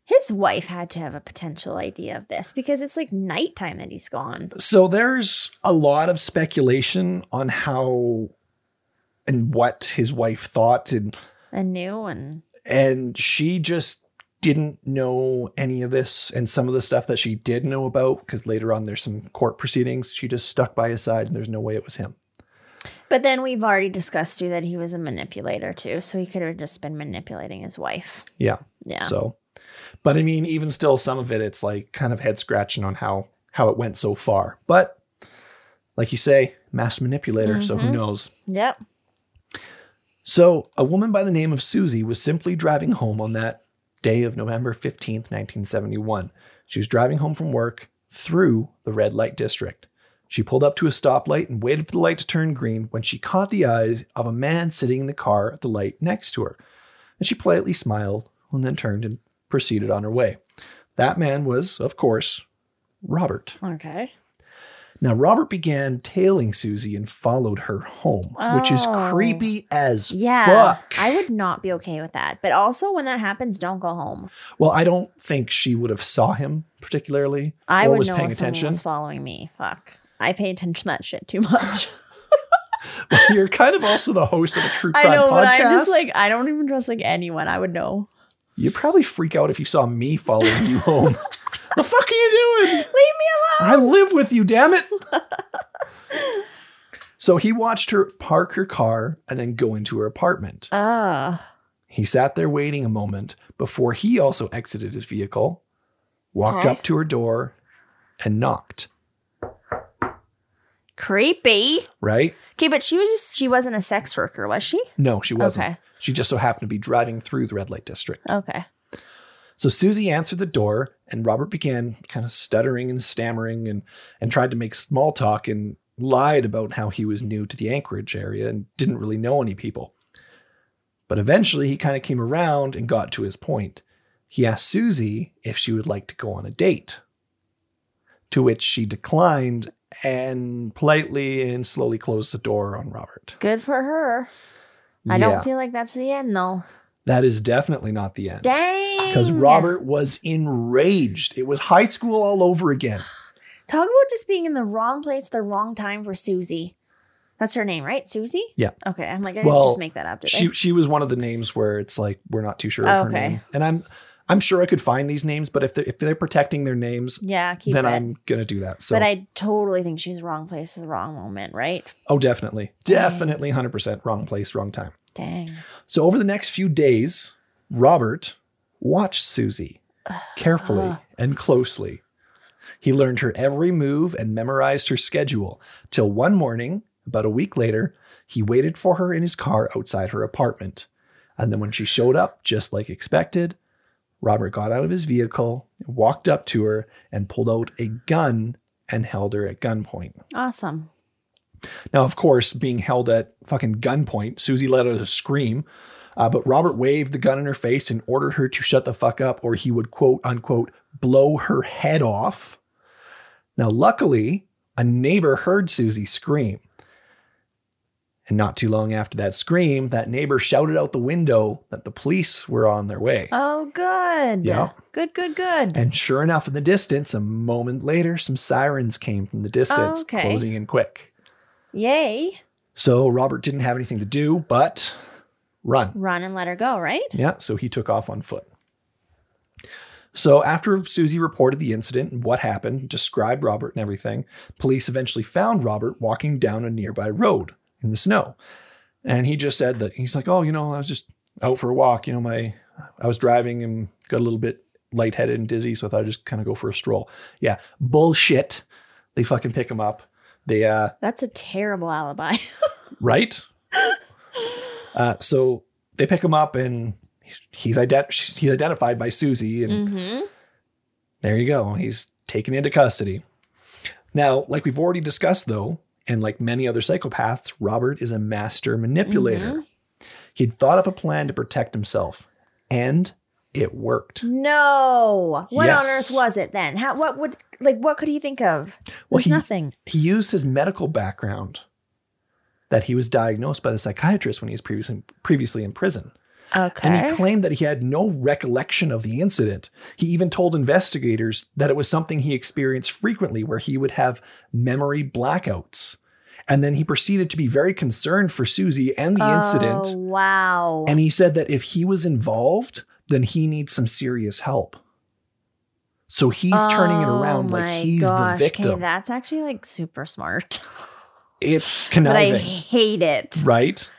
B: His wife had to have a potential idea of this because it's like nighttime that he's gone.
A: So there's a lot of speculation on how and what his wife thought and
B: A new and
A: and she just didn't know any of this and some of the stuff that she did know about because later on there's some court proceedings she just stuck by his side and there's no way it was him
B: but then we've already discussed too that he was a manipulator too, so he could have just been manipulating his wife.
A: yeah,
B: Yeah.
A: so but i mean even still some of it it's like kind of head scratching on how how it went so far but like you say mass manipulator so who
B: Mhm.
A: knows
B: Yep.
A: So, a woman by the name of Susie was simply driving home on that day of November 15th, 1971. She was driving home from work through the red light district. She pulled up to a stoplight and waited for the light to turn green when she caught the eyes of a man sitting in the car at the light next to her. And she politely smiled and then turned and proceeded on her way. That man was, of course, Robert.
B: Okay.
A: Now, Robert began tailing Susie and followed her home, which is
B: Oh.
A: creepy as
B: Yeah.
A: fuck.
B: I would not be okay with that. But also when that happens, don't go home.
A: Well, I don't think she would have saw him particularly.
B: I
A: or
B: would
A: was
B: know
A: paying
B: if someone
A: attention.
B: was following me. Fuck. I pay attention to that shit too much.
A: You're kind of also the host of a true crime
B: I know,
A: podcast.
B: but I'm just like I don't even trust like anyone. I would know.
A: You'd probably freak out if you saw me following you home. the fuck are you doing?
B: Leave me
A: I live with you, damn it. so he watched her park her car and then go into her apartment.
B: alone. Ah,
A: He sat there waiting a moment before he also exited his vehicle, walked
B: Okay.
A: up to her door, and knocked,
B: creepy.
A: right?
B: Okay, but she was just she wasn't a sex worker, was she?
A: No, she wasn't.
B: Okay.
A: She just so happened to be driving through the red light district.
B: Okay.
A: So Susie answered the door, and Robert began kind of stuttering and stammering and, and tried to make small talk and lied about how he was new to the Anchorage area and didn't really know any people. But eventually he kind of came around and got to his point. He asked Susie if she would like to go on a date, to which she declined and politely and slowly closed the door on Robert.
B: Good for her.
A: Yeah,
B: I don't feel like that's the end though.
A: that is definitely not the end.
B: Dang.
A: because Robert was enraged. It was high school all over again.
B: Talk about just being in the wrong place at the wrong time for Susie. That's her name, right? Susie?
A: Yeah.
B: Okay. I'm like, I
A: Well,
B: didn't just make that up, did
A: She
B: I?
A: she was one of the names where it's like we're not too sure of her
B: Okay.
A: name, and I'm I'm sure I could find these names, but if they're, if they're protecting their names,
B: Yeah, keep
A: then
B: it.
A: I'm gonna do that. So
B: But I totally think she was wrong place at the wrong moment, right?
A: oh, definitely, definitely, hundred percent wrong place, wrong time.
B: Dang.
A: So over the next few days, Robert watched Susie carefully
B: Ah.
A: and closely. He learned her every move and memorized her schedule till one morning, about a week later, he waited for her in his car outside her apartment. And then when she showed up, just like expected, Robert got out of his vehicle, walked up to her, and pulled out a gun and held her at gunpoint.
B: Awesome.
A: Now, of course, being held at fucking gunpoint, Susie let out a scream, uh, but Robert waved the gun in her face and ordered her to shut the fuck up, or he would quote unquote blow her head off. Now, luckily, a neighbor heard Susie scream. And not too long after that scream, that neighbor shouted out the window that the police were on their way.
B: Oh, good.
A: Yeah.
B: Good, good, good.
A: And sure enough, in the distance, a moment later, some sirens came from the distance,
B: Okay.
A: closing in quick.
B: Yay.
A: So Robert didn't have anything to do but run.
B: Run and let her go, right?
A: Yeah, so he took off on foot. So after Susie reported the incident and what happened, described Robert and everything, police eventually found Robert walking down a nearby road in the snow. And he just said that he's like, "Oh, you know, I was just out for a walk, you know, my I was driving and got a little bit lightheaded and dizzy, so I thought I'd just kind of go for a stroll." Yeah, bullshit. They fucking pick him up. They uh
B: That's a terrible alibi.
A: right? uh, so they pick him up, and he's ident- he's identified by Susie, and
B: mm-hmm.
A: there you go. He's taken into custody. Now, like we've already discussed, though, and like many other psychopaths, Robert is a master manipulator.
B: Mm-hmm.
A: He'd thought up a plan to protect himself, and it worked.
B: No. What on
A: Yes.
B: earth was it then? How what would like what could he think of?
A: Well,
B: There's
A: he-
B: nothing.
A: He used his medical background that he was diagnosed by the psychiatrist when he was previously previously in prison. And he
B: Okay.
A: claimed that he had no recollection of the incident. He even told investigators that it was something he experienced frequently where he would have memory blackouts. And then he proceeded to be very concerned for Susie and the
B: Oh,
A: incident.
B: wow.
A: And he said that if he was involved, then he needs some serious help. So he's turning it
B: Oh
A: around like
B: my
A: he's the
B: gosh. 'Kay,
A: victim.
B: that's actually like super smart.
A: it's
B: but I
A: conniving.
B: hate it.
A: Right?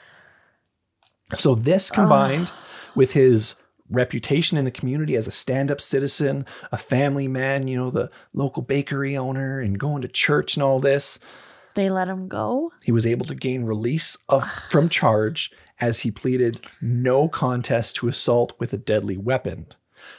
A: So this combined with his reputation in the community as a stand-up citizen, a family man, you know, the local bakery owner and going to church and all this,
B: They let him go.
A: he was able to gain release of
B: Ah.
A: from charge as he pleaded no contest to assault with a deadly weapon.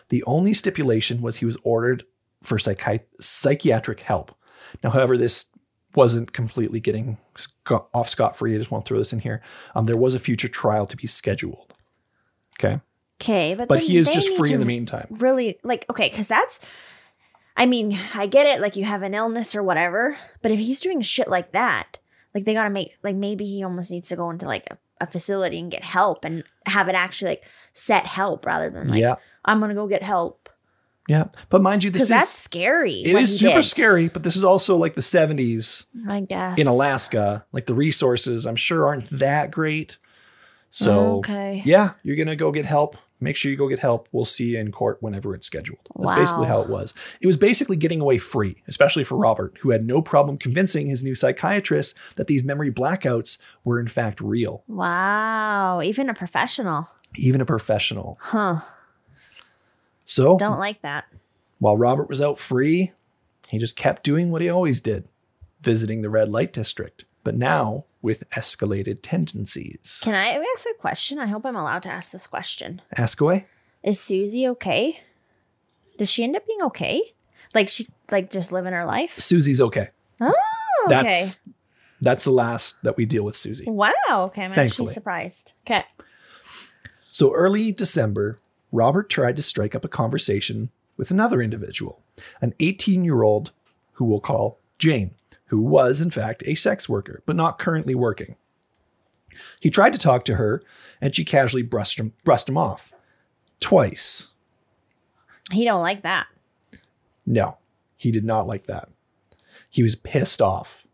A: The only stipulation was he was ordered for psychi- psychiatric help. Now, however, this wasn't completely getting sco- off scot free. I just want to throw this in here. Um, there was a future trial to be scheduled. Okay.
B: Okay, but
A: But
B: then
A: he is
B: they
A: just
B: need
A: free in the
B: to
A: meantime.
B: Really, like okay, because that's. I mean, I get it. Like you have an illness or whatever, but if he's doing shit like that, like they gotta make like maybe he almost needs to go into like a, a facility and get help and have it actually like set help rather than like
A: yeah.
B: I'm gonna go get help.
A: Yeah. But mind you, this is
B: because that's scary.
A: it
B: what
A: is
B: he
A: super
B: did.
A: scary, but this is also like the 70s
B: I guess
A: in Alaska. Like the resources, I'm sure, aren't that great. So
B: okay.
A: yeah, you're gonna go get help. Make sure you go get help. We'll see you in court whenever it's scheduled. That's basically
B: Wow.
A: how it was. It was basically getting away free, especially for Robert, who had no problem convincing his new psychiatrist that these memory blackouts were in fact real,
B: Wow. Even a professional,
A: even a professional.
B: huh?
A: So
B: Don't like that.
A: while Robert was out free, he just kept doing what he always did, visiting the red light district, but now with escalated tendencies.
B: Can I ask a question? I hope I'm allowed to ask this question.
A: Ask away.
B: Is Susie okay? Does she end up being okay? Like she like just living her life?
A: Susie's okay.
B: Oh, okay.
A: That's that's the last that we deal with Susie.
B: wow. Okay, I'm
A: Thankfully.
B: actually surprised. Okay.
A: So early December, Robert tried to strike up a conversation with another individual, an 18 year old who we'll call Jane, who was, in fact, a sex worker, but not currently working. He tried to talk to her, and she casually brushed him, brushed him off twice.
B: He don't like that.
A: No, he did not like that. He was pissed off.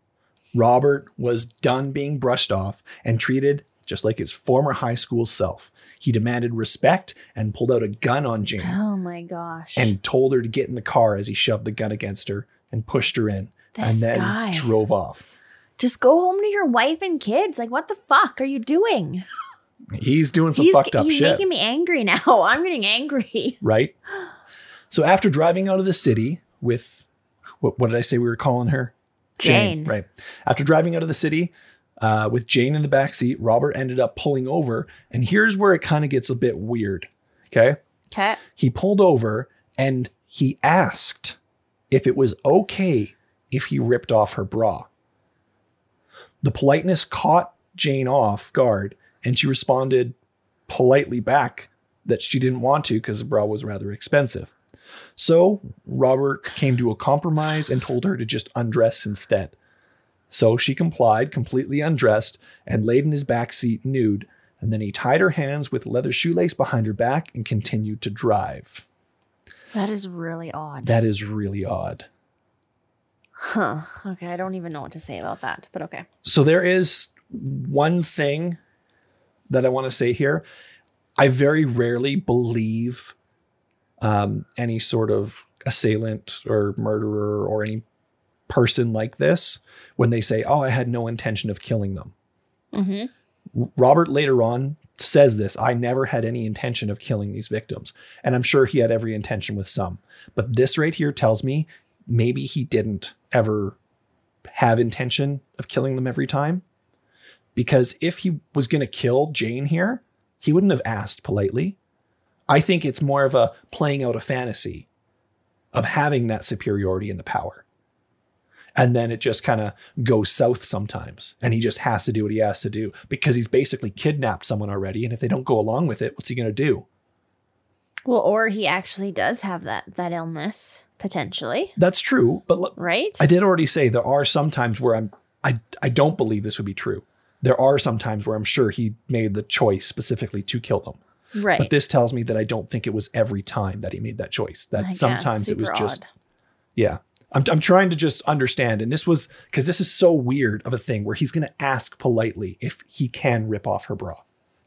A: Robert was done being brushed off and treated just like his former high school self. He demanded respect and pulled out a gun on Jane
B: Oh my gosh.
A: and told her to get in the car as he shoved the gun against her and pushed her in and
B: This
A: then
B: guy.
A: drove off.
B: just go home to your wife and kids. Like what the fuck are you doing?
A: He's doing some
B: he's
A: fucked up
B: he's
A: shit.
B: making me angry now. I'm getting angry.
A: right? So after driving out of the city with what, what did I say we were calling her?
B: Jane.
A: Right. After driving out of the city uh, with Jane in the backseat, Robert ended up pulling over. And here's where it kind of gets a bit weird. Okay.
B: Okay.
A: He pulled over and he asked if it was okay if he ripped off her bra. The politeness caught Jane off guard, and she responded politely back that she didn't want to because the bra was rather expensive. So Robert came to a compromise and told her to just undress instead. So she complied, completely undressed, and laid in his back seat nude. And then he tied her hands with a leather shoelace behind her back and continued to drive.
B: That is really odd.
A: That is really odd.
B: Huh. Okay, I don't even know what to say about that, but okay.
A: So there is one thing that I want to say here. I very rarely believe um, any sort of assailant or murderer or any person like this when they say, "Oh, I had no intention of killing them."
B: Mm-hmm.
A: Robert later on says this I never had any intention of killing these victims. And I'm sure he had every intention with some. But this right here tells me maybe he didn't ever have intention of killing them every time. Because if he was going to kill Jane here, he wouldn't have asked politely. I think it's more of a playing out a fantasy of having that superiority and the power. And then it just kind of goes south sometimes. And he just has to do what he has to do because he's basically kidnapped someone already. And if they don't go along with it, what's he going to do?
B: Well, or he actually does have that that illness potentially,
A: That's true. But look,
B: right?
A: I did already say there are some times where I'm, I, I don't believe this would be true. There are some times where I'm sure he made the choice specifically to kill them.
B: right.
A: But this tells me that I don't think it was every time that he made that choice. That
B: I guess,
A: sometimes it was
B: super
A: just
B: odd.
A: Yeah. I'm, I'm trying to just understand. And this was because this is so weird of a thing where he's going to ask politely if he can rip off her bra.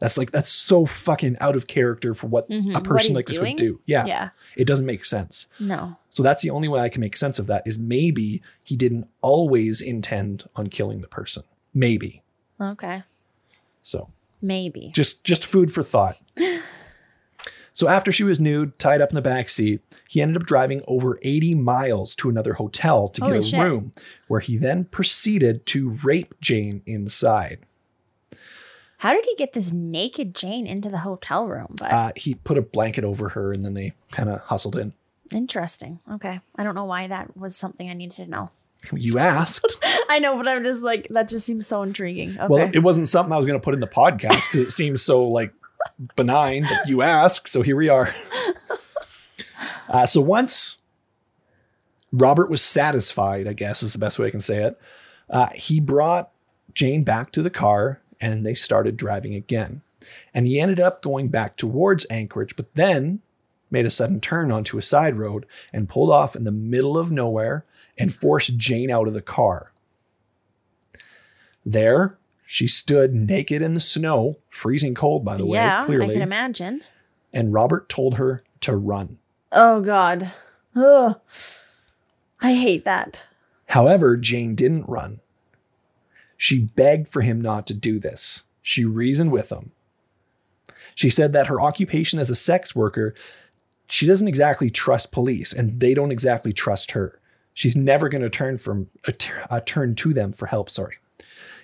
A: That's like, that's so fucking out of character for what
B: Mhm.
A: a
B: What
A: person
B: he's
A: like this
B: doing?
A: would do. Yeah,
B: Yeah.
A: It doesn't make sense.
B: No.
A: So that's the only way I can make sense of that is maybe he didn't always intend on killing the person. Maybe.
B: Okay.
A: So
B: Maybe.
A: just just food for thought. So after she was nude, tied up in the back seat, he ended up driving over 80 miles to another hotel to
B: Holy
A: get a
B: shit.
A: room, where he then proceeded to rape Jane inside.
B: How did he get this naked Jane into the hotel room? But
A: Uh, he put a blanket over her, and then they kind of hustled in.
B: interesting. Okay. I don't know why that was something I needed to know.
A: You asked.
B: I know, but I'm just like that just seems so intriguing. Okay.
A: Well, it wasn't something I was going to put in the podcast because it seems so like benign. But you ask, so here we are. Uh, so once Robert was satisfied, I guess is the best way I can say it. Uh, he brought Jane back to the car, and they started driving again. And he ended up going back towards Anchorage, but then made a sudden turn onto a side road and pulled off in the middle of nowhere and forced Jane out of the car. There, she stood naked in the snow, freezing cold, by the way,
B: yeah, I
A: clearly.
B: can imagine.
A: and Robert told her to run.
B: Oh God. Ugh. I hate that.
A: However, Jane didn't run. She begged for him not to do this. She reasoned with him. She said that her occupation as a sex worker, she doesn't exactly trust police and they don't exactly trust her. She's never going to turn from uh, t- uh, turn to them for help, sorry.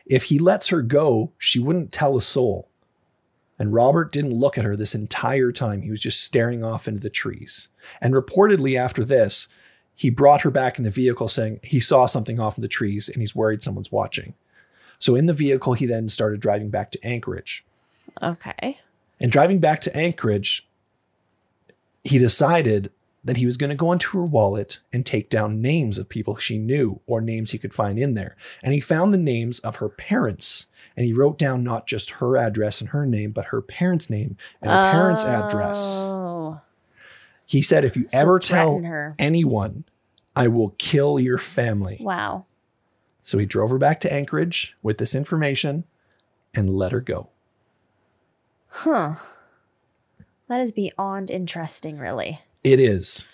A: If he lets her go, she wouldn't tell a soul. And Robert didn't look at her this entire time. He was just staring off into the trees. And reportedly after this, he brought her back in the vehicle saying he saw something off in the trees and he's worried someone's watching. So in the vehicle, he then started driving back to Anchorage.
B: Okay.
A: And driving back to Anchorage, he decided that he was going to go into her wallet and take down names of people she knew or names he could find in there. And he found the names of her parents. And he wrote down not just her address and her name, but her parents' name and her parents' address.
B: Oh.
A: He said, if you
B: So
A: ever
B: threaten
A: tell
B: her.
A: anyone, I will kill your family.
B: Wow.
A: So he drove her back to Anchorage with this information and let her go.
B: Huh. That is beyond interesting, really.
A: It is.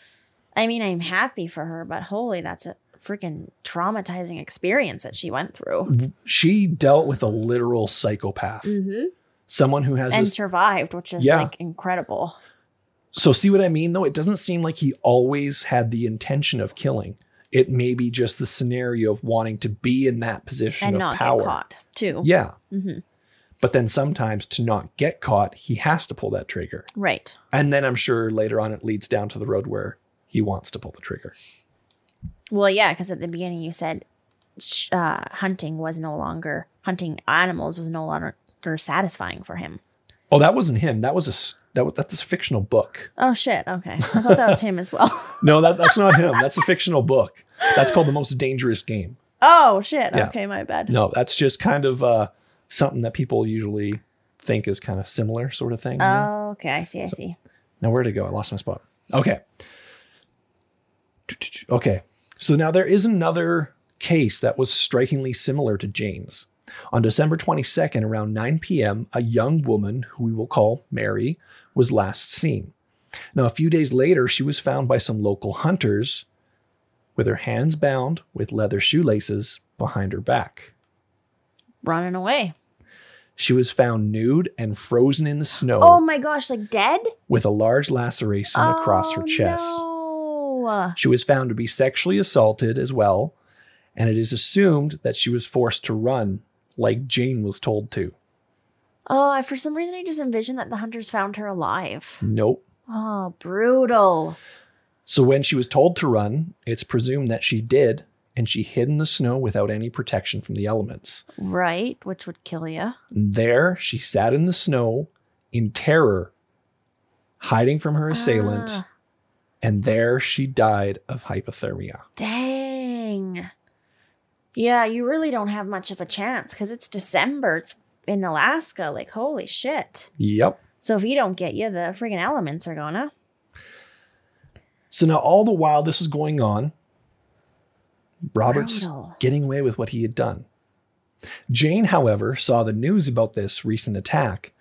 B: I mean, I'm happy for her, but holy, that's a freaking traumatizing experience that she went through
A: She dealt with a literal psychopath,
B: mm-hmm.
A: someone who has
B: and
A: this.
B: survived, which is
A: Yeah.
B: like incredible.
A: So, see what I mean, though? It doesn't seem like he always had the intention of killing. It may be just the scenario of wanting to be in that position
B: and
A: of
B: not
A: power.
B: get caught, too.
A: Yeah.
B: Mhm.
A: But then sometimes to not get caught, he has to pull that trigger.
B: Right.
A: And then I'm sure later on it leads down to the road where he wants to pull the trigger.
B: Well, yeah, because at the beginning you said sh- uh, hunting was no longer hunting animals was no longer satisfying for him.
A: Oh, that wasn't him. That was a s- that was, that's a fictional book.
B: Oh shit! Okay, I thought that was him as well.
A: No, that, that's not him. That's a fictional book. That's called The Most Dangerous Game.
B: Oh shit!
A: Yeah.
B: Okay, my bad.
A: No, that's just kind of uh, something that people usually think is kind of similar, sort of thing. you know?
B: Oh, okay, I see. I see.
A: Now, where'd it go? I lost my spot. Okay. Okay. So now there is another case that was strikingly similar to Jane's. On December 22nd, around 9 p.m., a young woman, who we will call Mary, was last seen. Now, a few days later, she was found by some local hunters with her hands bound with leather shoelaces behind her back.
B: Running away.
A: She was found nude and frozen in the snow
B: Oh my gosh! Like dead
A: with a large laceration across her
B: Oh,
A: chest.
B: No.
A: She was found to be sexually assaulted as well, and it is assumed that she was forced to run like Jane was told to.
B: Oh, I, for some reason I just envisioned that the hunters found her alive.
A: Nope.
B: Oh, brutal.
A: So when she was told to run, it's presumed that she did, and she hid in the snow without any protection from the elements.
B: Right, which would kill you.
A: And there, she sat in the snow in terror, hiding from her assailant,
B: Ah.
A: and there she died of hypothermia.
B: Dang. Yeah, you really don't have much of a chance because it's December. It's in Alaska. Like, holy shit.
A: Yep.
B: So if you don't get you, the freaking elements are gonna.
A: So now, all the while this is going on, Robert's
B: Brutal.
A: getting away with what he had done. Jane, however, saw the news about this recent attack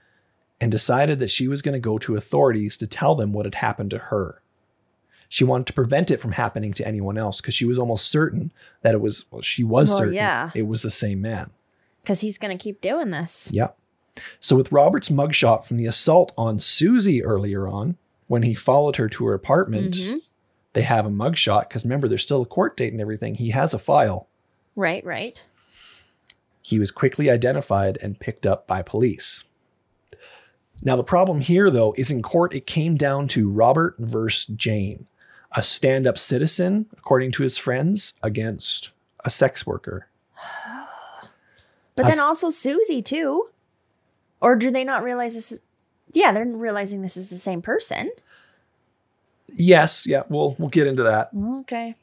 A: and decided that she was going to go to authorities to tell them what had happened to her. She wanted to prevent it from happening to anyone else because she was almost certain that it was, well, she was
B: Well,
A: certain
B: yeah.
A: it was the same man.
B: Because he's gonna keep doing this.
A: Yeah. So with Robert's mugshot from the assault on Susie earlier on, when he followed her to her apartment,
B: Mhm.
A: they have a mugshot because remember, there's still a court date and everything. He has a file.
B: Right, right.
A: He was quickly identified and picked up by police. Now, the problem here, though, is in court it came down to Robert versus Jane, a stand up citizen, according to his friends, against a sex worker.
B: But
A: I
B: then
A: f-
B: also Susie too. Or do they not realize this is yeah, they're realizing this is the same person.
A: Yes, yeah, we'll, we'll get into that.
B: Okay.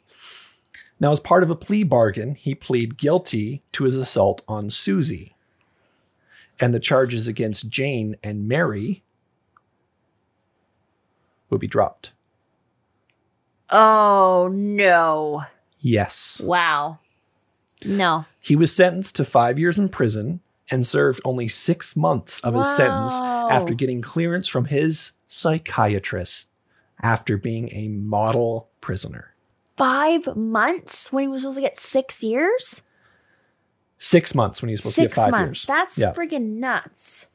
A: Now, as part of a plea bargain, he pleaded guilty to his assault on Susie. And the charges against Jane and Mary would be dropped.
B: Oh no!
A: Yes.
B: Wow. No.
A: He was sentenced to five years in prison and served only six months of his sentence
B: Wow.
A: after getting clearance from his psychiatrist after being a model prisoner.
B: five months when he was supposed to get six years.
A: Six months when he was supposed
B: Six
A: to get five
B: months.
A: years.
B: That's
A: Yeah.
B: friggin' nuts.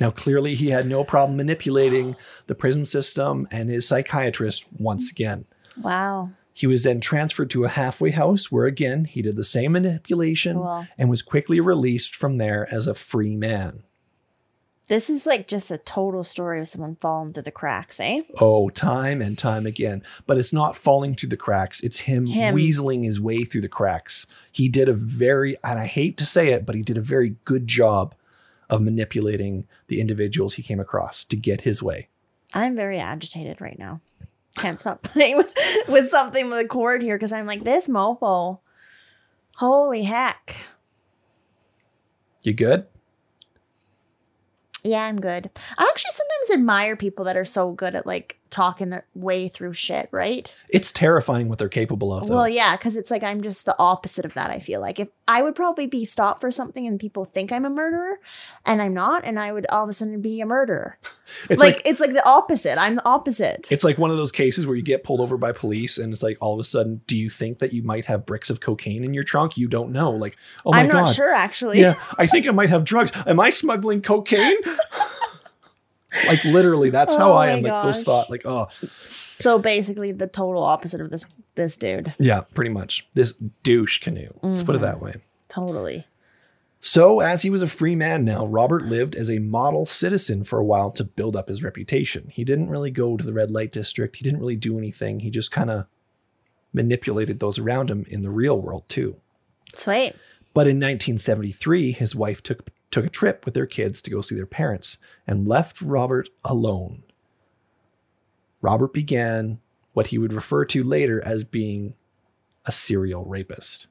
A: Now, clearly, he had no problem manipulating the prison system and his psychiatrist once again.
B: Wow.
A: He was then transferred to a halfway house where, again, he did the same manipulation
B: Cool.
A: and was quickly released from there as a free man.
B: This is like just a total story of someone falling through the cracks, eh?
A: Oh, time and time again. But it's not falling through the cracks. It's him,
B: Him.
A: weaseling his way through the cracks. He did a very, and I hate to say it, but he did a very good job of manipulating the individuals he came across to get his way.
B: I'm very agitated right now. Can't stop playing with, with something with a cord here because I'm like, this mofo. Holy heck.
A: You good?
B: Yeah, I'm good. I actually sometimes admire people that are so good at like talking their way through shit, right?
A: It's terrifying what they're capable of, though.
B: Well, yeah, because it's like I'm just the opposite of that. I feel like if I would probably be stopped for something and people think I'm a murderer, and I'm not, and I would all of a sudden be a murderer.
A: it's
B: like,
A: like
B: it's like the opposite. I'm the opposite.
A: it's like one of those cases where you get pulled over by police, and it's like all of a sudden, do you think that you might have bricks of cocaine in your trunk? You don't know. Like, oh my
B: I'm
A: god,
B: not sure actually.
A: Yeah, I think I might have drugs. Am I smuggling cocaine? like literally, that's how
B: Oh
A: I
B: my
A: am. Like those
B: gosh.
A: thought, like oh
B: So basically, the total opposite of this this dude.
A: yeah, pretty much this douche canoe. Let's put it
B: Mhm.
A: that way.
B: Totally.
A: So as he was a free man now, Robert lived as a model citizen for a while to build up his reputation. He didn't really go to the red light district. He didn't really do anything. He just kind of manipulated those around him in the real world too.
B: Sweet.
A: But in 1973, his wife took took a trip with their kids to go see their parents and left Robert alone. Robert began what he would refer to later as being a serial rapist.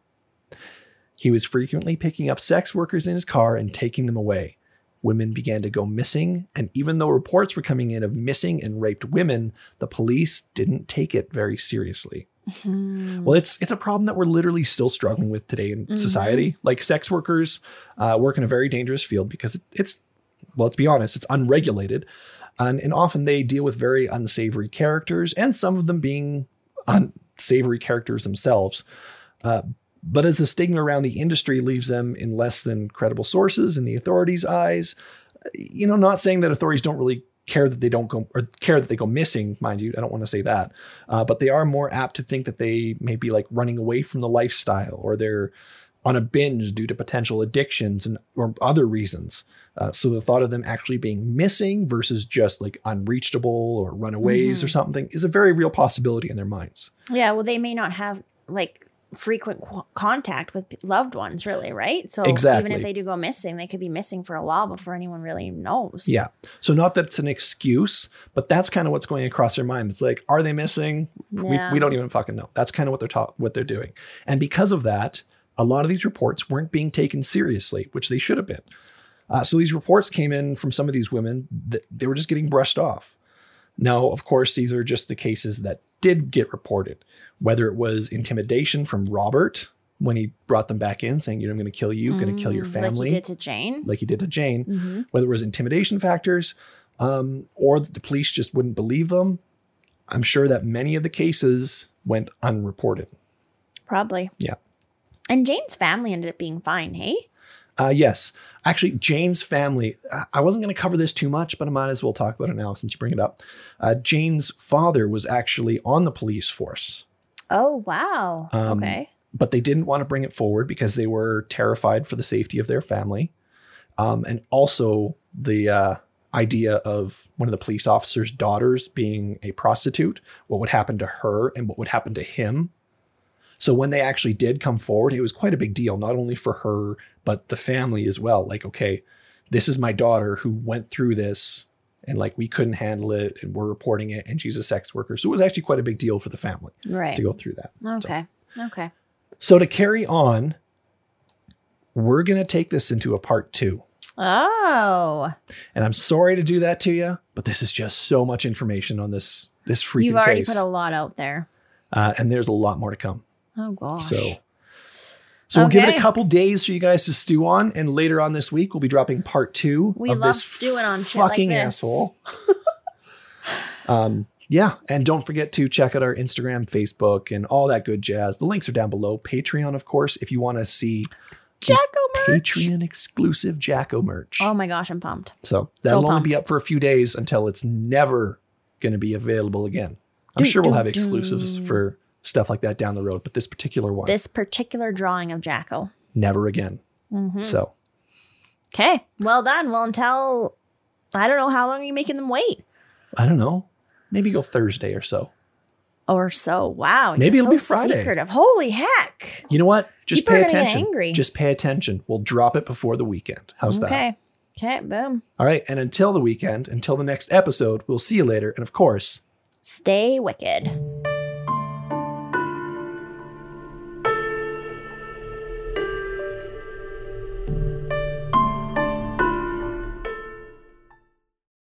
A: He was frequently picking up sex workers in his car and taking them away. Women began to go missing, and even though reports were coming in of missing and raped women, the police didn't take it very seriously. Well, it's it's a problem that we're literally still struggling with today in
B: Mhm.
A: society. Like sex workers uh, work in a very dangerous field because it, it's well, let's be honest, it's unregulated, and and often they deal with very unsavory characters, and some of them being unsavory characters themselves. Uh, but as the stigma around the industry leaves them in less than credible sources in the authorities' eyes, you know, not saying that authorities don't really care that they don't go or care that they go missing, mind you, I don't want to say that, uh, but they are more apt to think that they may be like running away from the lifestyle or they're on a binge due to potential addictions and or other reasons. Uh, so the thought of them actually being missing versus just like unreachable or runaways or something is a very real possibility in their minds.
B: Yeah. Well, they may not have like frequent qu- contact with loved ones, really, right? So even
A: Exactly.
B: if they do go missing, they could be missing for a while before anyone really knows.
A: Yeah. So not that it's an excuse, but that's kind of what's going across their mind. It's like, are they missing?
B: Yeah.
A: We, we don't even fucking know. That's kind of what they're ta- what they're doing. And because of that, a lot of these reports weren't being taken seriously, which they should have been. Uh, so these reports came in from some of these women that they were just getting brushed off. Now, of course, these are just the cases that did get reported, whether it was intimidation from Robert when he brought them back in saying, you know, I'm going to kill you, going to kill your
B: Mm,
A: family,
B: Like you did to Jane.
A: like he did to Jane
B: Mm-hmm.
A: whether it was intimidation factors um, or that the police just wouldn't believe them. I'm sure that many of the cases went unreported.
B: Probably.
A: Yeah.
B: And Jane's family ended up being fine, hey?
A: Uh, yes, actually, Jane's family. I- I wasn't going to cover this too much, but I might as well talk about it now since you bring it up. Uh, Jane's father was actually on the police force,
B: Oh, wow.
A: Um,
B: okay.
A: but they didn't want to bring it forward because they were terrified for the safety of their family, um, and also the uh, idea of one of the police officers' daughters being a prostitute. What would happen to her and what would happen to him? So when they actually did come forward, it was quite a big deal, not only for her but the family as well. Like, okay, this is my daughter who went through this. And like we couldn't handle it, and we're reporting it, and she's a sex worker, so it was actually quite a big deal for the family
B: Right.
A: to go through that.
B: Okay. Okay.
A: So to carry on, we're going to take this into a part two.
B: Oh.
A: And I'm sorry to do that to you, but this is just so much information on this this freaking
B: You've already
A: case.
B: put a lot out there.
A: uh, and there's a lot more to come.
B: Oh gosh.
A: So, so we'll give it
B: Okay.
A: a couple days for you guys to stew on, and later on this week we'll be dropping part two.
B: We
A: of
B: love
A: this
B: stewing on shit like
A: fucking
B: this.
A: asshole. um, yeah, and don't forget to check out our Instagram, Facebook, and all that good jazz. The links are down below. Patreon, of course, if you want to see
B: Jacko merch.
A: Patreon exclusive Jacko merch.
B: Oh my gosh, I'm pumped.
A: so that'll only
B: pumped.
A: be up for a few days until it's never going to be available again. I'm
B: Dun,
A: sure we'll
B: dun,
A: have exclusives
B: dun.
A: for stuff like that down the road, but this particular one,
B: This particular drawing of Jacko.
A: never again.
B: hmm
A: So.
B: Okay. Well done. Well, until I don't know how long are you making them wait
A: I don't know. Maybe go Thursday or so.
B: or so. Wow. you're
A: Maybe it'll
B: so
A: be Friday.
B: Secretive. Holy heck.
A: You know what? Just
B: People
A: pay
B: are gonna get
A: attention.
B: angry.
A: Just pay attention. We'll drop it before the weekend. How's that?
B: okay. Okay. Boom.
A: All right. And until the weekend, until the next episode, we'll see you later. And of course,
B: Stay wicked.